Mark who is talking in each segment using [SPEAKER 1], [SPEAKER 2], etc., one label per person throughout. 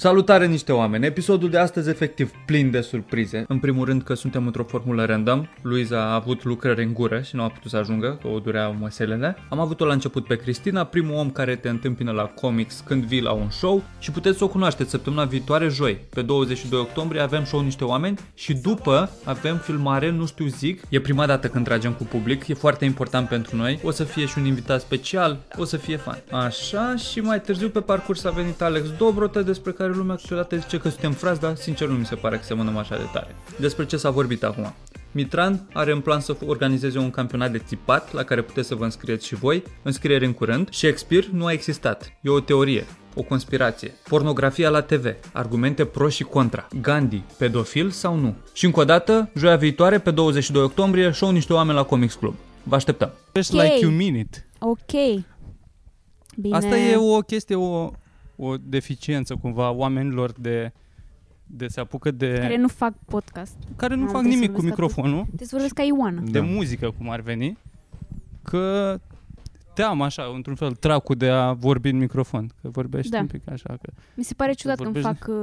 [SPEAKER 1] Salutare niște oameni! Episodul de astăzi efectiv plin de surprize. În primul rând că suntem într-o formulă random. Luiza a avut lucrări în gură și nu a putut să ajungă, că o dureau măselele. Am avut-o la început pe Cristina, primul om care te întâmpină la comics când vii la un show și puteți să o cunoașteți săptămâna viitoare, joi. Pe 22 octombrie avem show niște oameni și după avem filmare, nu știu zic. E prima dată când tragem cu public, e foarte important pentru noi. O să fie și un invitat special, o să fie fan. Așa și mai târziu pe parcurs a venit Alex Dobrotă, despre care lumea câteodată zice că suntem frați, dar sincer nu mi se pare că semănăm așa de tare. Despre ce s-a vorbit acum? Mitran are în plan să organizeze un campionat de țipat la care puteți să vă înscrieți și voi, înscriere în curând. Shakespeare nu a existat, e o teorie, o conspirație, pornografia la TV, argumente pro și contra, Gandhi, pedofil sau nu. Și încă o dată, joia viitoare, pe 22 octombrie, show niște oameni la Comics Club. Vă așteptăm!
[SPEAKER 2] Just
[SPEAKER 3] Ok.
[SPEAKER 2] like you mean it.
[SPEAKER 3] Ok. Bine.
[SPEAKER 2] Asta e o chestie, o, o deficiență cumva a oamenilor de, de se apucă de...
[SPEAKER 3] Care nu fac podcast.
[SPEAKER 2] care nu
[SPEAKER 3] Am
[SPEAKER 2] fac
[SPEAKER 3] zis să
[SPEAKER 2] nimic cu
[SPEAKER 3] vă Da. scapă.
[SPEAKER 2] microfonul,
[SPEAKER 3] Te vorbesc ca Ioana.
[SPEAKER 2] de muzică cum ar veni, că te am așa, într-un fel, tracul de a vorbi în microfon. Că vorbești
[SPEAKER 3] Da.
[SPEAKER 2] un pic așa, că
[SPEAKER 3] Mi se pare ciudat când
[SPEAKER 2] vorbești-
[SPEAKER 3] fac uh,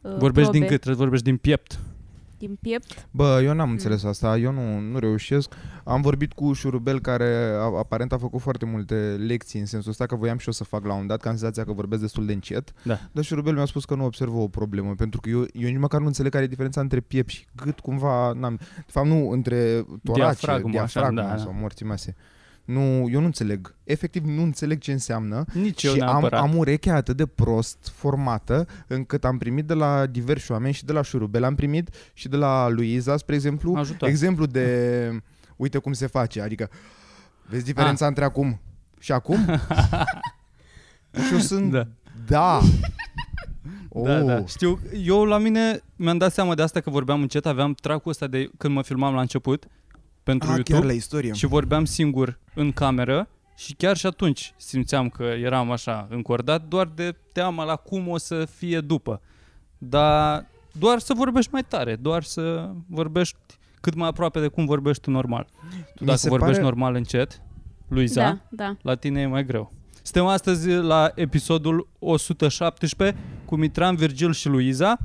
[SPEAKER 3] uh,
[SPEAKER 2] vorbești
[SPEAKER 3] probe
[SPEAKER 2] din cât, trebuie să vorbești din piept.
[SPEAKER 3] Din piept.
[SPEAKER 4] Bă, eu n-am înțeles asta, eu nu, nu reușesc. Am vorbit cu Șurubel care a, aparent a făcut foarte multe lecții în sensul ăsta că voiam și eu să fac la un dat, că am senzația că vorbesc destul de încet.
[SPEAKER 2] Da.
[SPEAKER 4] Dar Șurubel mi-a spus că nu observă o problemă, pentru că eu, eu nici măcar nu înțeleg care e diferența între piept și gât, cumva n-am... De fapt, nu, între torace,
[SPEAKER 2] Diafragma, așa,
[SPEAKER 4] diafragma, diafragma
[SPEAKER 2] da, da.
[SPEAKER 4] sau morțimase. Nu, eu nu înțeleg. Efectiv, nu înțeleg ce înseamnă
[SPEAKER 2] Nici eu
[SPEAKER 4] și am,
[SPEAKER 2] neapărat.
[SPEAKER 4] am urechea atât de prost formată încât am primit de la diversi oameni și de la Șurubel am primit și de la Luiza, spre exemplu,
[SPEAKER 2] Ajutor.
[SPEAKER 4] exemplu de uite cum se face, adică vezi diferența
[SPEAKER 2] Ah.
[SPEAKER 4] între acum și acum? și eu sunt da.
[SPEAKER 2] Da.
[SPEAKER 4] da. Oh.
[SPEAKER 2] Da, da. Știu, eu la mine mi-am dat seama de asta că vorbeam încet, aveam tracul ăsta de când mă filmam la început pentru
[SPEAKER 4] Ah,
[SPEAKER 2] YouTube.
[SPEAKER 4] istorie.
[SPEAKER 2] și vorbeam singur în cameră și chiar și atunci simțeam că eram așa încordat, doar de teama la cum o să fie după. Dar doar să vorbești mai tare, doar să vorbești cât mai aproape de cum vorbești tu normal. Tu
[SPEAKER 4] Mi
[SPEAKER 2] dacă
[SPEAKER 4] se
[SPEAKER 2] vorbești
[SPEAKER 4] pare-
[SPEAKER 2] normal încet, Luiza,
[SPEAKER 3] Da, da.
[SPEAKER 2] la tine e mai greu. Suntem astăzi la episodul 117 cu Mitran, Virgil și Luiza.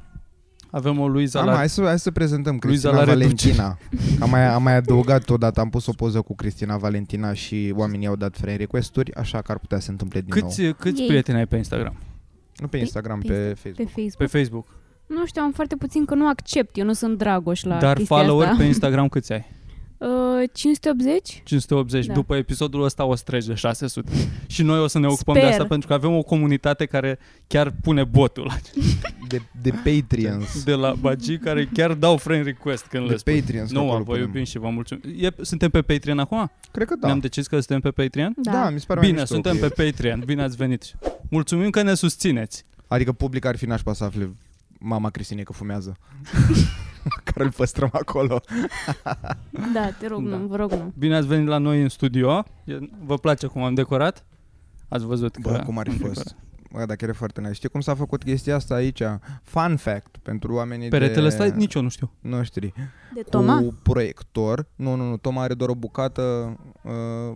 [SPEAKER 2] Avem o Luiza
[SPEAKER 4] Am,
[SPEAKER 2] la...
[SPEAKER 4] hai, să, hai să prezentăm
[SPEAKER 2] Luiza
[SPEAKER 4] Cristina
[SPEAKER 2] la reducere.
[SPEAKER 4] Valentina. Am mai, am mai adăugat odată, am pus o poză cu Cristina Valentina și oamenii au dat friend request-uri, așa că ar putea să se întâmple din nou.
[SPEAKER 2] Câți, câți
[SPEAKER 3] Ei.
[SPEAKER 2] prieteni ai pe Instagram?
[SPEAKER 4] Nu pe Instagram, pe,
[SPEAKER 3] pe Insta-
[SPEAKER 4] Facebook.
[SPEAKER 3] Pe Facebook.
[SPEAKER 2] Pe Facebook?
[SPEAKER 3] Nu știu, am foarte puțin că nu accept. Eu nu sunt Dragoș la
[SPEAKER 2] Dar
[SPEAKER 3] chestia
[SPEAKER 2] follower
[SPEAKER 3] asta.
[SPEAKER 2] pe Instagram câți ai?
[SPEAKER 3] Uh, 580?
[SPEAKER 2] 580,
[SPEAKER 3] Da.
[SPEAKER 2] după episodul ăsta o să treci de 600. Și noi o să ne ocupăm
[SPEAKER 3] Sper.
[SPEAKER 2] de asta pentru că avem o comunitate care chiar pune botul
[SPEAKER 4] De, de Patreons.
[SPEAKER 2] de la Bagi care chiar dau friend request când le
[SPEAKER 4] De,
[SPEAKER 2] spun.
[SPEAKER 4] Patreons. că
[SPEAKER 2] Nu,
[SPEAKER 4] Deci, acolo
[SPEAKER 2] vă
[SPEAKER 4] punem.
[SPEAKER 2] iubim și vă mulțumim. E, suntem pe Patreon acum?
[SPEAKER 4] Cred că da.
[SPEAKER 2] Ne-am decis că suntem pe Patreon?
[SPEAKER 4] da. mi se pare mai
[SPEAKER 2] Bine,
[SPEAKER 4] mișto
[SPEAKER 2] suntem
[SPEAKER 4] că
[SPEAKER 2] pe
[SPEAKER 4] e.
[SPEAKER 2] Patreon. Bine ați venit. Mulțumim că ne susțineți.
[SPEAKER 4] Adică public ar fi nașpa să afle mama Cristinei că fumează. care îl păstrăm acolo.
[SPEAKER 3] Da, te rog,
[SPEAKER 2] Da.
[SPEAKER 3] nu, vă rog, nu.
[SPEAKER 2] Bine ați venit la noi în studio. E- Vă place cum am decorat? Ați văzut că
[SPEAKER 4] Bă, cum ar fi
[SPEAKER 2] am
[SPEAKER 4] fost.
[SPEAKER 2] decorat.
[SPEAKER 4] Bă, dar chiar e foarte nice. Știi cum s-a făcut chestia asta aici? Fun fact pentru oamenii
[SPEAKER 2] Peretele
[SPEAKER 4] de...
[SPEAKER 2] ăsta nici eu nu știu.
[SPEAKER 4] noștri.
[SPEAKER 3] De Toma?
[SPEAKER 4] Cu proiector. Nu, nu, nu. Toma are doar o bucată, uh,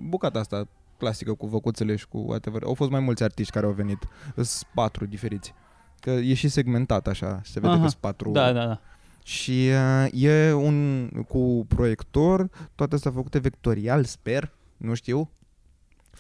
[SPEAKER 4] bucata asta clasică cu văcuțele și cu whatever. Au fost mai mulți artiști care au venit. Sunt patru diferiți. Că e și segmentat așa, se vede
[SPEAKER 2] Aha.
[SPEAKER 4] că sunt patru
[SPEAKER 2] Da, da, da.
[SPEAKER 4] Și uh, e un cu proiector, toate astea făcute vectorial, sper, nu știu.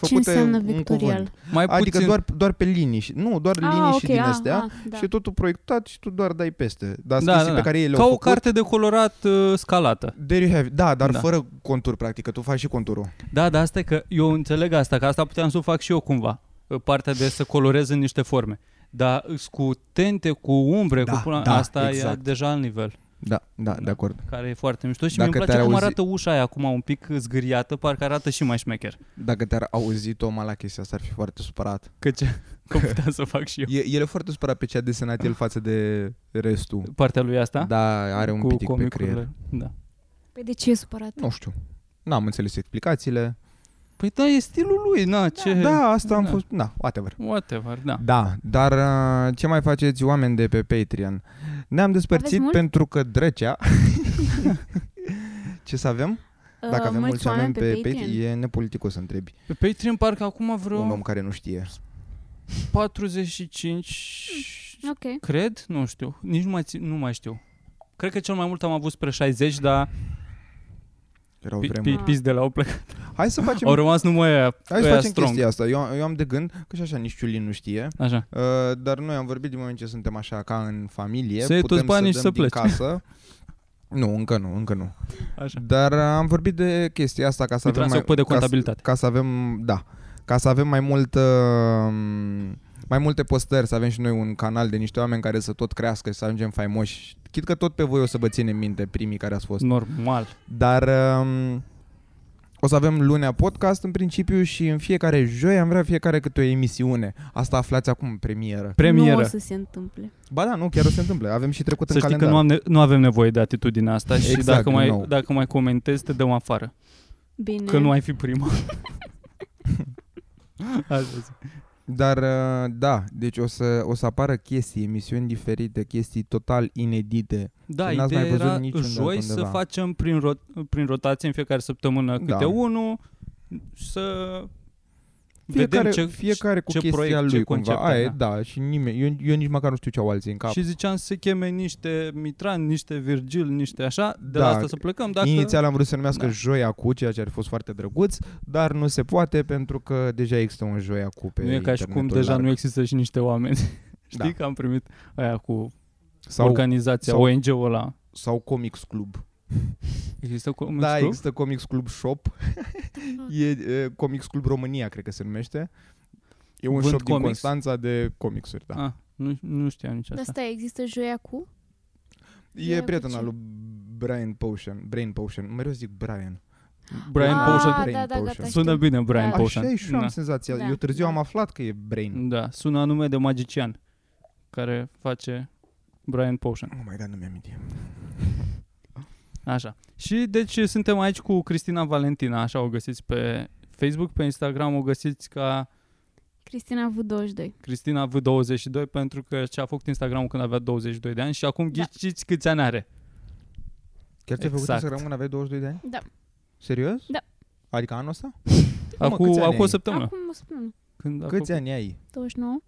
[SPEAKER 3] Ce înseamnă vectorial?
[SPEAKER 2] Mai
[SPEAKER 4] Adică
[SPEAKER 2] puțin...
[SPEAKER 4] doar, doar pe linii, și, nu, doar linii
[SPEAKER 3] ah,
[SPEAKER 4] și
[SPEAKER 3] ok,
[SPEAKER 4] din
[SPEAKER 3] ah,
[SPEAKER 4] astea.
[SPEAKER 3] ah, da.
[SPEAKER 4] Și totul proiectat și tu doar dai peste. Dar
[SPEAKER 2] Da,
[SPEAKER 4] da,
[SPEAKER 2] da,
[SPEAKER 4] da,
[SPEAKER 2] da.
[SPEAKER 4] pe care ei
[SPEAKER 2] Ca
[SPEAKER 4] le-au
[SPEAKER 2] o
[SPEAKER 4] făcut,
[SPEAKER 2] carte de colorat uh, scalată.
[SPEAKER 4] there you have, da, dar
[SPEAKER 2] Da.
[SPEAKER 4] da. fără conturi, practic, că tu faci și conturul.
[SPEAKER 2] Da, dar asta e că eu înțeleg asta, că asta puteam să o fac și eu cumva. Partea de să colorez în niște forme. Dar îs cu tente, cu umbre,
[SPEAKER 4] Da,
[SPEAKER 2] cu pula,
[SPEAKER 4] da,
[SPEAKER 2] asta e
[SPEAKER 4] exact.
[SPEAKER 2] deja alt nivel,
[SPEAKER 4] Da, da,
[SPEAKER 2] Da.
[SPEAKER 4] de acord.
[SPEAKER 2] care e foarte mișto și mi
[SPEAKER 4] Dacă
[SPEAKER 2] îmi place
[SPEAKER 4] te-ar
[SPEAKER 2] cum
[SPEAKER 4] auzi-
[SPEAKER 2] arată ușa aia acum un pic zgâriată, parcă arată și mai șmecher.
[SPEAKER 4] Dacă te-ar auzi Toma la chestia asta, ar fi foarte supărat.
[SPEAKER 2] Că ce? Că puteam să fac și eu.
[SPEAKER 4] E, el e foarte supărat pe ce a desenat el față de restul.
[SPEAKER 2] Partea lui asta?
[SPEAKER 4] Da, are un
[SPEAKER 2] cu
[SPEAKER 4] pitic pe
[SPEAKER 2] comicurile.
[SPEAKER 4] creier.
[SPEAKER 2] Da.
[SPEAKER 3] Păi de ce e supărat?
[SPEAKER 4] Nu știu. N-am înțeles explicațiile.
[SPEAKER 2] Păi da, e stilul lui, na, ce...
[SPEAKER 4] Da, asta am
[SPEAKER 2] Da.
[SPEAKER 4] fost, da, whatever.
[SPEAKER 2] Whatever, da.
[SPEAKER 4] Da, dar uh, ce mai faceți oameni de pe Patreon? Ne-am
[SPEAKER 3] Aveți
[SPEAKER 4] despărțit
[SPEAKER 3] mult?
[SPEAKER 4] pentru că drăcea... ce să avem?
[SPEAKER 3] Uh,
[SPEAKER 4] Dacă avem mulți oameni pe, Patreon,
[SPEAKER 3] E...
[SPEAKER 4] e nepoliticos să întrebi.
[SPEAKER 2] Pe Patreon parcă acum vreo...
[SPEAKER 4] Un om care nu știe.
[SPEAKER 2] 45
[SPEAKER 3] Ok.
[SPEAKER 2] Cred, nu știu, nici nu mai, ți- nu mai știu. Cred că cel mai mult am avut spre 60, dar
[SPEAKER 4] Erau
[SPEAKER 2] pi-
[SPEAKER 4] vremuri.
[SPEAKER 2] pi- pis de la au plecat.
[SPEAKER 4] Hai să facem,
[SPEAKER 2] Au rămas numai aia,
[SPEAKER 4] hai să
[SPEAKER 2] aia
[SPEAKER 4] facem
[SPEAKER 2] strong.
[SPEAKER 4] chestia asta. Eu, eu am de gând, că și așa nici Ciulin nu știe,
[SPEAKER 2] Așa.
[SPEAKER 4] Uh, dar noi am vorbit din moment ce suntem așa ca în familie,
[SPEAKER 2] Să iei
[SPEAKER 4] putem
[SPEAKER 2] toți banii
[SPEAKER 4] să
[SPEAKER 2] și
[SPEAKER 4] dăm
[SPEAKER 2] să pleci.
[SPEAKER 4] din casă. Nu, încă nu, încă nu.
[SPEAKER 2] Așa.
[SPEAKER 4] Dar am vorbit de chestia asta ca să
[SPEAKER 2] Să
[SPEAKER 4] avem mai,
[SPEAKER 2] transfer de
[SPEAKER 4] ca să-
[SPEAKER 2] contabilitate.
[SPEAKER 4] ca să avem, da, ca să avem mai mult uh, mai multe postări, să avem și noi un canal de niște oameni care să tot crească și să ajungem faimoși. Chit că tot pe voi o să vă ținem minte primii care ați fost.
[SPEAKER 2] Normal.
[SPEAKER 4] Dar um, o să avem lunea podcast în principiu și în fiecare joi am vrea fiecare câte o emisiune. Asta aflați acum în premieră.
[SPEAKER 3] Nu o
[SPEAKER 2] Premieră.
[SPEAKER 3] să se întâmple.
[SPEAKER 4] Ba da, nu, chiar o se întâmplă. Avem și trecut
[SPEAKER 2] Să
[SPEAKER 4] în
[SPEAKER 2] știi
[SPEAKER 4] calendar.
[SPEAKER 2] că nu, am ne- nu avem nevoie de atitudinea asta și
[SPEAKER 4] Exact,
[SPEAKER 2] dacă mai,
[SPEAKER 4] nu.
[SPEAKER 2] dacă mai comentezi, te dăm afară.
[SPEAKER 3] Bine.
[SPEAKER 2] Că nu ai fi primul. Așa zic.
[SPEAKER 4] Dar uh, da, deci o să, o să apară chestii, emisiuni diferite, chestii total inedite.
[SPEAKER 2] Da,
[SPEAKER 4] Când n-ați
[SPEAKER 2] ideea
[SPEAKER 4] mai văzut
[SPEAKER 2] era
[SPEAKER 4] niciunde
[SPEAKER 2] joi să
[SPEAKER 4] altundeva.
[SPEAKER 2] facem prin, ro- prin rotație în fiecare săptămână câte
[SPEAKER 4] Da.
[SPEAKER 2] unul, să
[SPEAKER 4] Fiecare,
[SPEAKER 2] vedem ce,
[SPEAKER 4] fiecare cu
[SPEAKER 2] ce
[SPEAKER 4] chestia
[SPEAKER 2] proiect,
[SPEAKER 4] lui
[SPEAKER 2] ce
[SPEAKER 4] cumva.
[SPEAKER 2] concept
[SPEAKER 4] Aia, e,
[SPEAKER 2] avea.
[SPEAKER 4] da, și nimeni, eu, eu nici măcar nu știu ce au alții în cap.
[SPEAKER 2] Și ziceam să se cheme niște Mitran, niște Virgil, niște așa, de la
[SPEAKER 4] Da.
[SPEAKER 2] asta să plecăm. Dacă...
[SPEAKER 4] Inițial am vrut să numească
[SPEAKER 2] Da.
[SPEAKER 4] Joia cu, ceea ce ar fi fost foarte drăguț, dar nu se poate pentru că deja există un Joia cu pe
[SPEAKER 2] nu e ca și cum
[SPEAKER 4] internetul
[SPEAKER 2] deja
[SPEAKER 4] larg.
[SPEAKER 2] nu există și niște oameni. Știi
[SPEAKER 4] Da.
[SPEAKER 2] că am primit aia cu
[SPEAKER 4] sau,
[SPEAKER 2] organizația,
[SPEAKER 4] sau-
[SPEAKER 2] ONG-ul ăla.
[SPEAKER 4] sau Comics Club.
[SPEAKER 2] Există cum
[SPEAKER 4] da, există Comics Club Shop. e, e Comics Club România, cred că se numește. E un
[SPEAKER 2] Vând
[SPEAKER 4] shop din
[SPEAKER 2] comics?
[SPEAKER 4] Constanța de comicsuri, da.
[SPEAKER 2] Ah, nu, nu știam nici
[SPEAKER 3] Dar
[SPEAKER 2] asta.
[SPEAKER 3] stai, există joia cu?
[SPEAKER 4] E
[SPEAKER 3] Ia
[SPEAKER 4] prietena
[SPEAKER 3] puțin.
[SPEAKER 4] lui Brian Potion, Brain Potion, mereu zic Brian.
[SPEAKER 2] Brian
[SPEAKER 3] ah,
[SPEAKER 2] Potion.
[SPEAKER 4] Brain
[SPEAKER 3] da, da, gata,
[SPEAKER 4] Potion.
[SPEAKER 2] Sună
[SPEAKER 3] știu.
[SPEAKER 2] bine Brian
[SPEAKER 3] Da.
[SPEAKER 2] Potion.
[SPEAKER 4] Așa e și eu am
[SPEAKER 2] Da.
[SPEAKER 4] senzația.
[SPEAKER 3] Da,
[SPEAKER 4] Eu târziu
[SPEAKER 3] da.
[SPEAKER 4] am aflat că e Brain.
[SPEAKER 2] da, sună anume de magician care face Brian Potion.
[SPEAKER 4] Oh my god, nu mi-am idee.
[SPEAKER 2] Așa. Și deci suntem aici cu Cristina Valentina, așa o găsiți pe Facebook, pe Instagram o găsiți ca
[SPEAKER 3] Cristina a avut 22.
[SPEAKER 2] Cristina V22 pentru că și-a făcut Instagram-ul când avea 22 de ani și acum
[SPEAKER 3] Da.
[SPEAKER 2] ghiciți câți ani are.
[SPEAKER 4] Chiar ți-ai făcut
[SPEAKER 2] Exact.
[SPEAKER 4] Instagram când aveai 22 de ani?
[SPEAKER 3] Da.
[SPEAKER 4] Serios?
[SPEAKER 3] Da.
[SPEAKER 4] Adică anul ăsta? Mamă,
[SPEAKER 2] Acum,
[SPEAKER 4] câți ani
[SPEAKER 2] acum o
[SPEAKER 4] ai?
[SPEAKER 2] săptămână.
[SPEAKER 3] Acum o spun.
[SPEAKER 2] Când, a
[SPEAKER 4] Câți
[SPEAKER 2] Da, făcut-
[SPEAKER 4] ani ai?
[SPEAKER 3] 29.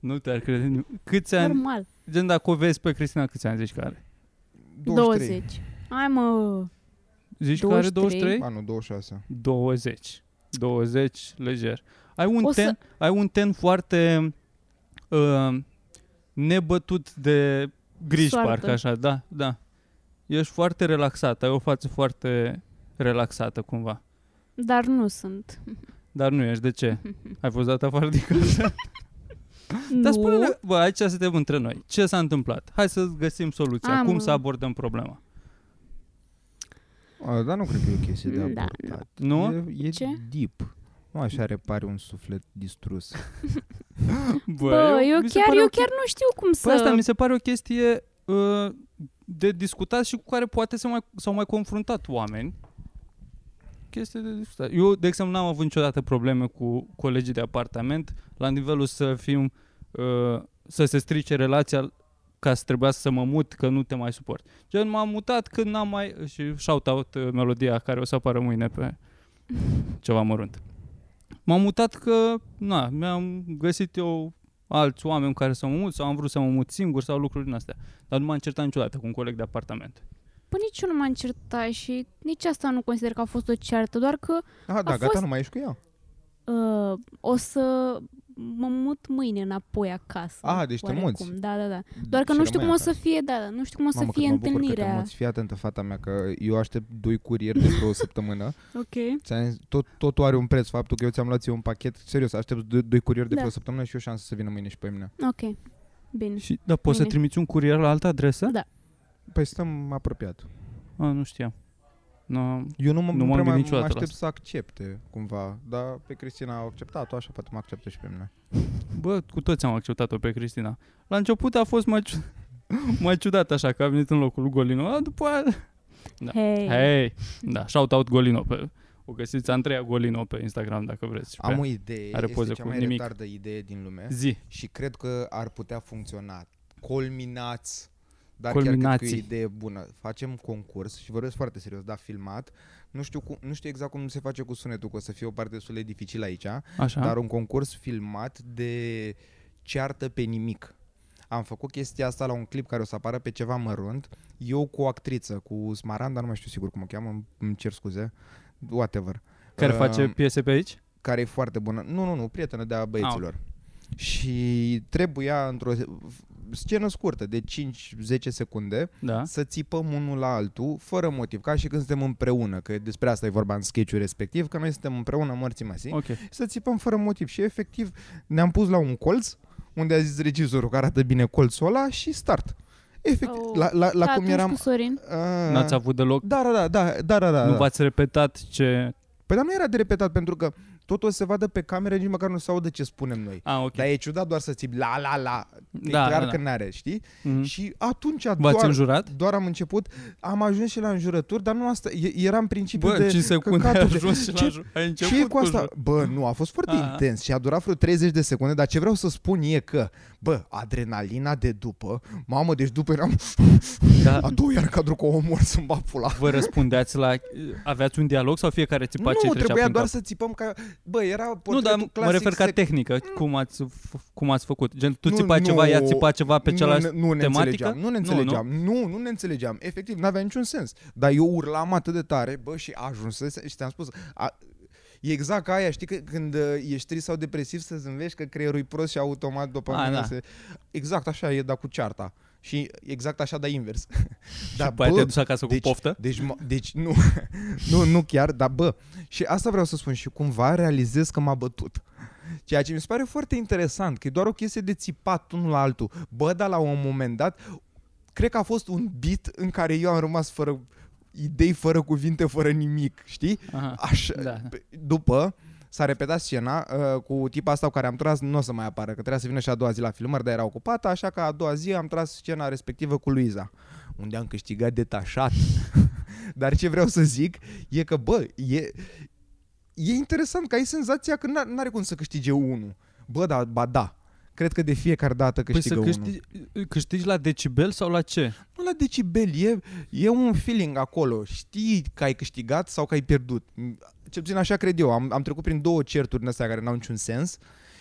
[SPEAKER 2] Nu te-ar crede. nimeni. Câți ani?
[SPEAKER 3] Normal.
[SPEAKER 2] Gen, dacă o vezi pe Cristina, câți ani zici că are?
[SPEAKER 4] 23.
[SPEAKER 3] 20. Hai mă.
[SPEAKER 2] Zici că are
[SPEAKER 3] 23?
[SPEAKER 2] 23?
[SPEAKER 4] Ba nu, 26.
[SPEAKER 2] 20. 20, lejer. Ai un,
[SPEAKER 3] O să-
[SPEAKER 2] ten, ai un ten foarte uh, nebătut de griji,
[SPEAKER 3] Soartă.
[SPEAKER 2] parcă așa, da, da. Ești foarte relaxat, ai o față foarte relaxată cumva.
[SPEAKER 3] Dar nu sunt.
[SPEAKER 2] Dar nu ești, de ce? Ai fost dat afară din casă? Dar spune-ne, bă, aici suntem între noi. Ce s-a întâmplat? Hai să găsim soluția.
[SPEAKER 3] Am-
[SPEAKER 2] Cum să abordăm problema?
[SPEAKER 4] A, dar nu cred că e o chestie de
[SPEAKER 3] Da, nu.
[SPEAKER 4] abordat.
[SPEAKER 2] Nu?
[SPEAKER 4] E, e
[SPEAKER 3] Ce?
[SPEAKER 4] deep. Nu așa repare un suflet distrus.
[SPEAKER 2] Bă,
[SPEAKER 3] Bă, eu
[SPEAKER 2] mi se
[SPEAKER 3] chiar,
[SPEAKER 2] pare
[SPEAKER 3] eu
[SPEAKER 2] o
[SPEAKER 3] chiar nu știu cum să...
[SPEAKER 2] Păi asta mi se pare o chestie uh, de discutat și cu care poate se mai, s-au mai confruntat oameni. Chestie de discutat. Eu, de exemplu, n-am avut niciodată probleme cu colegii de apartament la nivelul să fim, uh, să se strice relația ca să trebuia să mă mut, că nu te mai suport. Gen, m-am mutat când n-am mai... Și shout-out uh, melodia care o să apară mâine pe ceva mărunt. M-am mutat că, na, mi-am găsit eu alți oameni care să mă mut sau am vrut să mă mut singur sau lucruri din astea. Dar nu m-am certat niciodată cu un coleg de apartament.
[SPEAKER 3] Păi nici eu nu m-am certat și nici asta nu consider că a fost o ceartă, doar că
[SPEAKER 4] Ah, da,
[SPEAKER 3] A
[SPEAKER 4] gata,
[SPEAKER 3] fost-
[SPEAKER 4] nu mai ești cu ea.
[SPEAKER 3] uh, o să mă mut mâine înapoi acasă.
[SPEAKER 4] Ah, deci te
[SPEAKER 3] oarecum.
[SPEAKER 4] muți.
[SPEAKER 3] Da, da, da. Doar că
[SPEAKER 4] Și
[SPEAKER 3] nu știu
[SPEAKER 4] rămâi
[SPEAKER 3] cum o
[SPEAKER 4] acasă.
[SPEAKER 3] să fie, da, da, nu știu cum o să
[SPEAKER 4] Mamă, cât
[SPEAKER 3] fie
[SPEAKER 4] mă bucur că te
[SPEAKER 3] întâlnirea.
[SPEAKER 4] muți. Fii atentă, fata mea, că eu aștept doi curieri de vreo săptămână.
[SPEAKER 3] Ok.
[SPEAKER 4] Ți-am zis, Tot, totul are un preț, faptul că eu ți-am luat ție un pachet. Serios, aștept doi, doi curieri de
[SPEAKER 3] Da.
[SPEAKER 4] vreo săptămână și eu șansă să vină mâine și pe mine.
[SPEAKER 3] Ok. Bine.
[SPEAKER 2] Și, dar poți să
[SPEAKER 3] Bine.
[SPEAKER 2] trimiți un curier la altă adresă?
[SPEAKER 4] Păi stăm apropiat.
[SPEAKER 2] A, nu știam. No,
[SPEAKER 4] Eu nu, mă,
[SPEAKER 2] Nu m-am gândit
[SPEAKER 4] prea mai- mă
[SPEAKER 2] niciodată la
[SPEAKER 4] aștept să accepte cumva, dar pe Cristina a acceptat-o, așa poate mă acceptă și pe mine.
[SPEAKER 2] bă, cu toți am acceptat-o pe Cristina. La început a fost mai, ciu- mai ciudat așa, că a venit în locul lui Golino. A, după aia... Da.
[SPEAKER 3] Hei.
[SPEAKER 2] Hei! Da, shout-out Golino. Pe, o găsiți Andreea Golino pe Instagram dacă vreți. Și pe
[SPEAKER 4] Am o idee,
[SPEAKER 2] are poze
[SPEAKER 4] este cea
[SPEAKER 2] cu
[SPEAKER 4] mai
[SPEAKER 2] nimic.
[SPEAKER 4] retardă idee din lume.
[SPEAKER 2] Zi.
[SPEAKER 4] și cred că ar putea funcționa. Colminați, dar chiar cred
[SPEAKER 2] Colminații.
[SPEAKER 4] că e o idee bună. Facem concurs și vorbesc foarte serios, da, filmat. Nu știu, cum, nu știu exact cum se face
[SPEAKER 2] Da.
[SPEAKER 4] cu sunetul, că o să fie o parte destul de dificilă aici,
[SPEAKER 2] Așa.
[SPEAKER 4] dar un concurs filmat de ceartă pe nimic. Am făcut chestia asta la un clip care o să apară pe ceva mărunt, eu cu o actriță, cu Smaranda, nu mai știu sigur cum o cheamă, îmi- îmi cer scuze, whatever.
[SPEAKER 2] Care
[SPEAKER 4] Uh,
[SPEAKER 2] face piese pe aici?
[SPEAKER 4] care e foarte bună. Nu, nu, nu, prietenă
[SPEAKER 2] Ah,
[SPEAKER 4] de-a băieților. Și trebuia într-o scenă scurtă de 5-10 secunde
[SPEAKER 2] Da.
[SPEAKER 4] să țipăm unul la altul fără motiv, ca și când suntem împreună, că despre asta e vorba în sketch respectiv, că noi suntem împreună mărții măsii,
[SPEAKER 2] Ok.
[SPEAKER 4] să țipăm fără motiv și efectiv ne-am pus la un colț unde a zis regizorul că arată bine colțul ăla și start. Efectiv,
[SPEAKER 3] Oh.
[SPEAKER 4] la, la, la
[SPEAKER 3] Da,
[SPEAKER 4] cum
[SPEAKER 3] atunci
[SPEAKER 4] eram...
[SPEAKER 3] cu Sorin.
[SPEAKER 4] A,
[SPEAKER 2] N-ați avut deloc?
[SPEAKER 4] da, da, da, da, da, da, da.
[SPEAKER 2] Nu v-ați repetat ce...
[SPEAKER 4] Păi dar nu era de repetat pentru că totul se vadă pe camere, nici măcar nu se aude ce spunem noi.
[SPEAKER 2] Ah, ok.
[SPEAKER 4] Dar e ciudat doar să țipi la la la. E
[SPEAKER 2] Da,
[SPEAKER 4] clar
[SPEAKER 2] da,
[SPEAKER 4] că
[SPEAKER 2] da.
[SPEAKER 4] n-are, știi?
[SPEAKER 2] Mhm.
[SPEAKER 4] Și atunci doar,
[SPEAKER 2] V-ați înjurat?
[SPEAKER 4] doar am început, am ajuns și la înjurături, dar nu asta, e- era în principiu
[SPEAKER 2] Bă,
[SPEAKER 4] de
[SPEAKER 2] 5 secunde ai
[SPEAKER 4] căcatul de-
[SPEAKER 2] ajuns și la
[SPEAKER 4] ce,
[SPEAKER 2] jur. Ai început
[SPEAKER 4] ce e cu asta?
[SPEAKER 2] jur. Ah.
[SPEAKER 4] Bă, nu, a fost foarte
[SPEAKER 2] A.
[SPEAKER 4] intens și a durat vreo 30 de secunde, dar ce vreau să spun e că, bă, adrenalina de după, mamă, deci după eram
[SPEAKER 2] Da.
[SPEAKER 4] a doua iar cadru cu omor să-mi bat pula.
[SPEAKER 2] Vă răspundeați la... Aveați un dialog sau fiecare țipa ce
[SPEAKER 4] nu,
[SPEAKER 2] trecea
[SPEAKER 4] trebuia
[SPEAKER 2] prin
[SPEAKER 4] doar
[SPEAKER 2] cap?
[SPEAKER 4] să țipăm ca... Bă, era
[SPEAKER 2] Nu, dar
[SPEAKER 4] portretul
[SPEAKER 2] mă
[SPEAKER 4] clasic
[SPEAKER 2] refer ca
[SPEAKER 4] sec-
[SPEAKER 2] tehnică, cum ați, f- cum ați făcut. Gen, tu
[SPEAKER 4] Nu,
[SPEAKER 2] țipai
[SPEAKER 4] nu,
[SPEAKER 2] ceva, ea țipa ceva pe cealaltă
[SPEAKER 4] nu, ne- nu ne
[SPEAKER 2] tematică?
[SPEAKER 4] Înțelegeam, nu ne
[SPEAKER 2] Nu, nu?
[SPEAKER 4] înțelegeam. Nu, nu, nu ne înțelegeam. Efectiv, n-avea niciun sens. Dar eu urlam atât de tare, bă, și ajunsese și te-am spus... A, E exact ca aia, știi că când uh, ești trist sau depresiv să zâmbești că creierul e prost și automat dopamina
[SPEAKER 2] A, da.
[SPEAKER 4] se... Exact așa e, dar cu cearta. Și exact așa, dar invers.
[SPEAKER 2] și după aia Păi, te-ai dus acasă
[SPEAKER 4] deci,
[SPEAKER 2] cu poftă?
[SPEAKER 4] Deci, m- deci nu, nu, nu chiar, dar bă, și asta vreau să spun și cumva realizez că m-a bătut. Ceea ce mi se pare foarte interesant, că e doar o chestie de țipat unul la altul. Bă, dar la un moment dat, cred că a fost un beat în care eu am rămas fără idei, fără cuvinte, fără nimic, știi?
[SPEAKER 2] Aha.
[SPEAKER 4] Așa,
[SPEAKER 2] Da.
[SPEAKER 4] pe- după s-a repetat scena uh, cu tipa asta cu care am tras, nu o să mai apară, că trebuia să vină și a doua zi la filmări, dar era ocupată, așa că a doua zi am tras scena respectivă cu Luiza, unde am câștigat detașat. dar ce vreau să zic e că, bă, e, e interesant că ai senzația că n- are cum să câștige unul. Bă, da, ba da. Cred că de fiecare dată
[SPEAKER 2] Păi
[SPEAKER 4] câștigă
[SPEAKER 2] să
[SPEAKER 4] unul.
[SPEAKER 2] câștigi, câștigi la decibel sau la ce?
[SPEAKER 4] Nu la decibel, e, e un feeling acolo. Știi că ai câștigat sau că ai pierdut. Cel puțin așa cred eu. Am, am trecut prin două certuri din astea care n-au niciun sens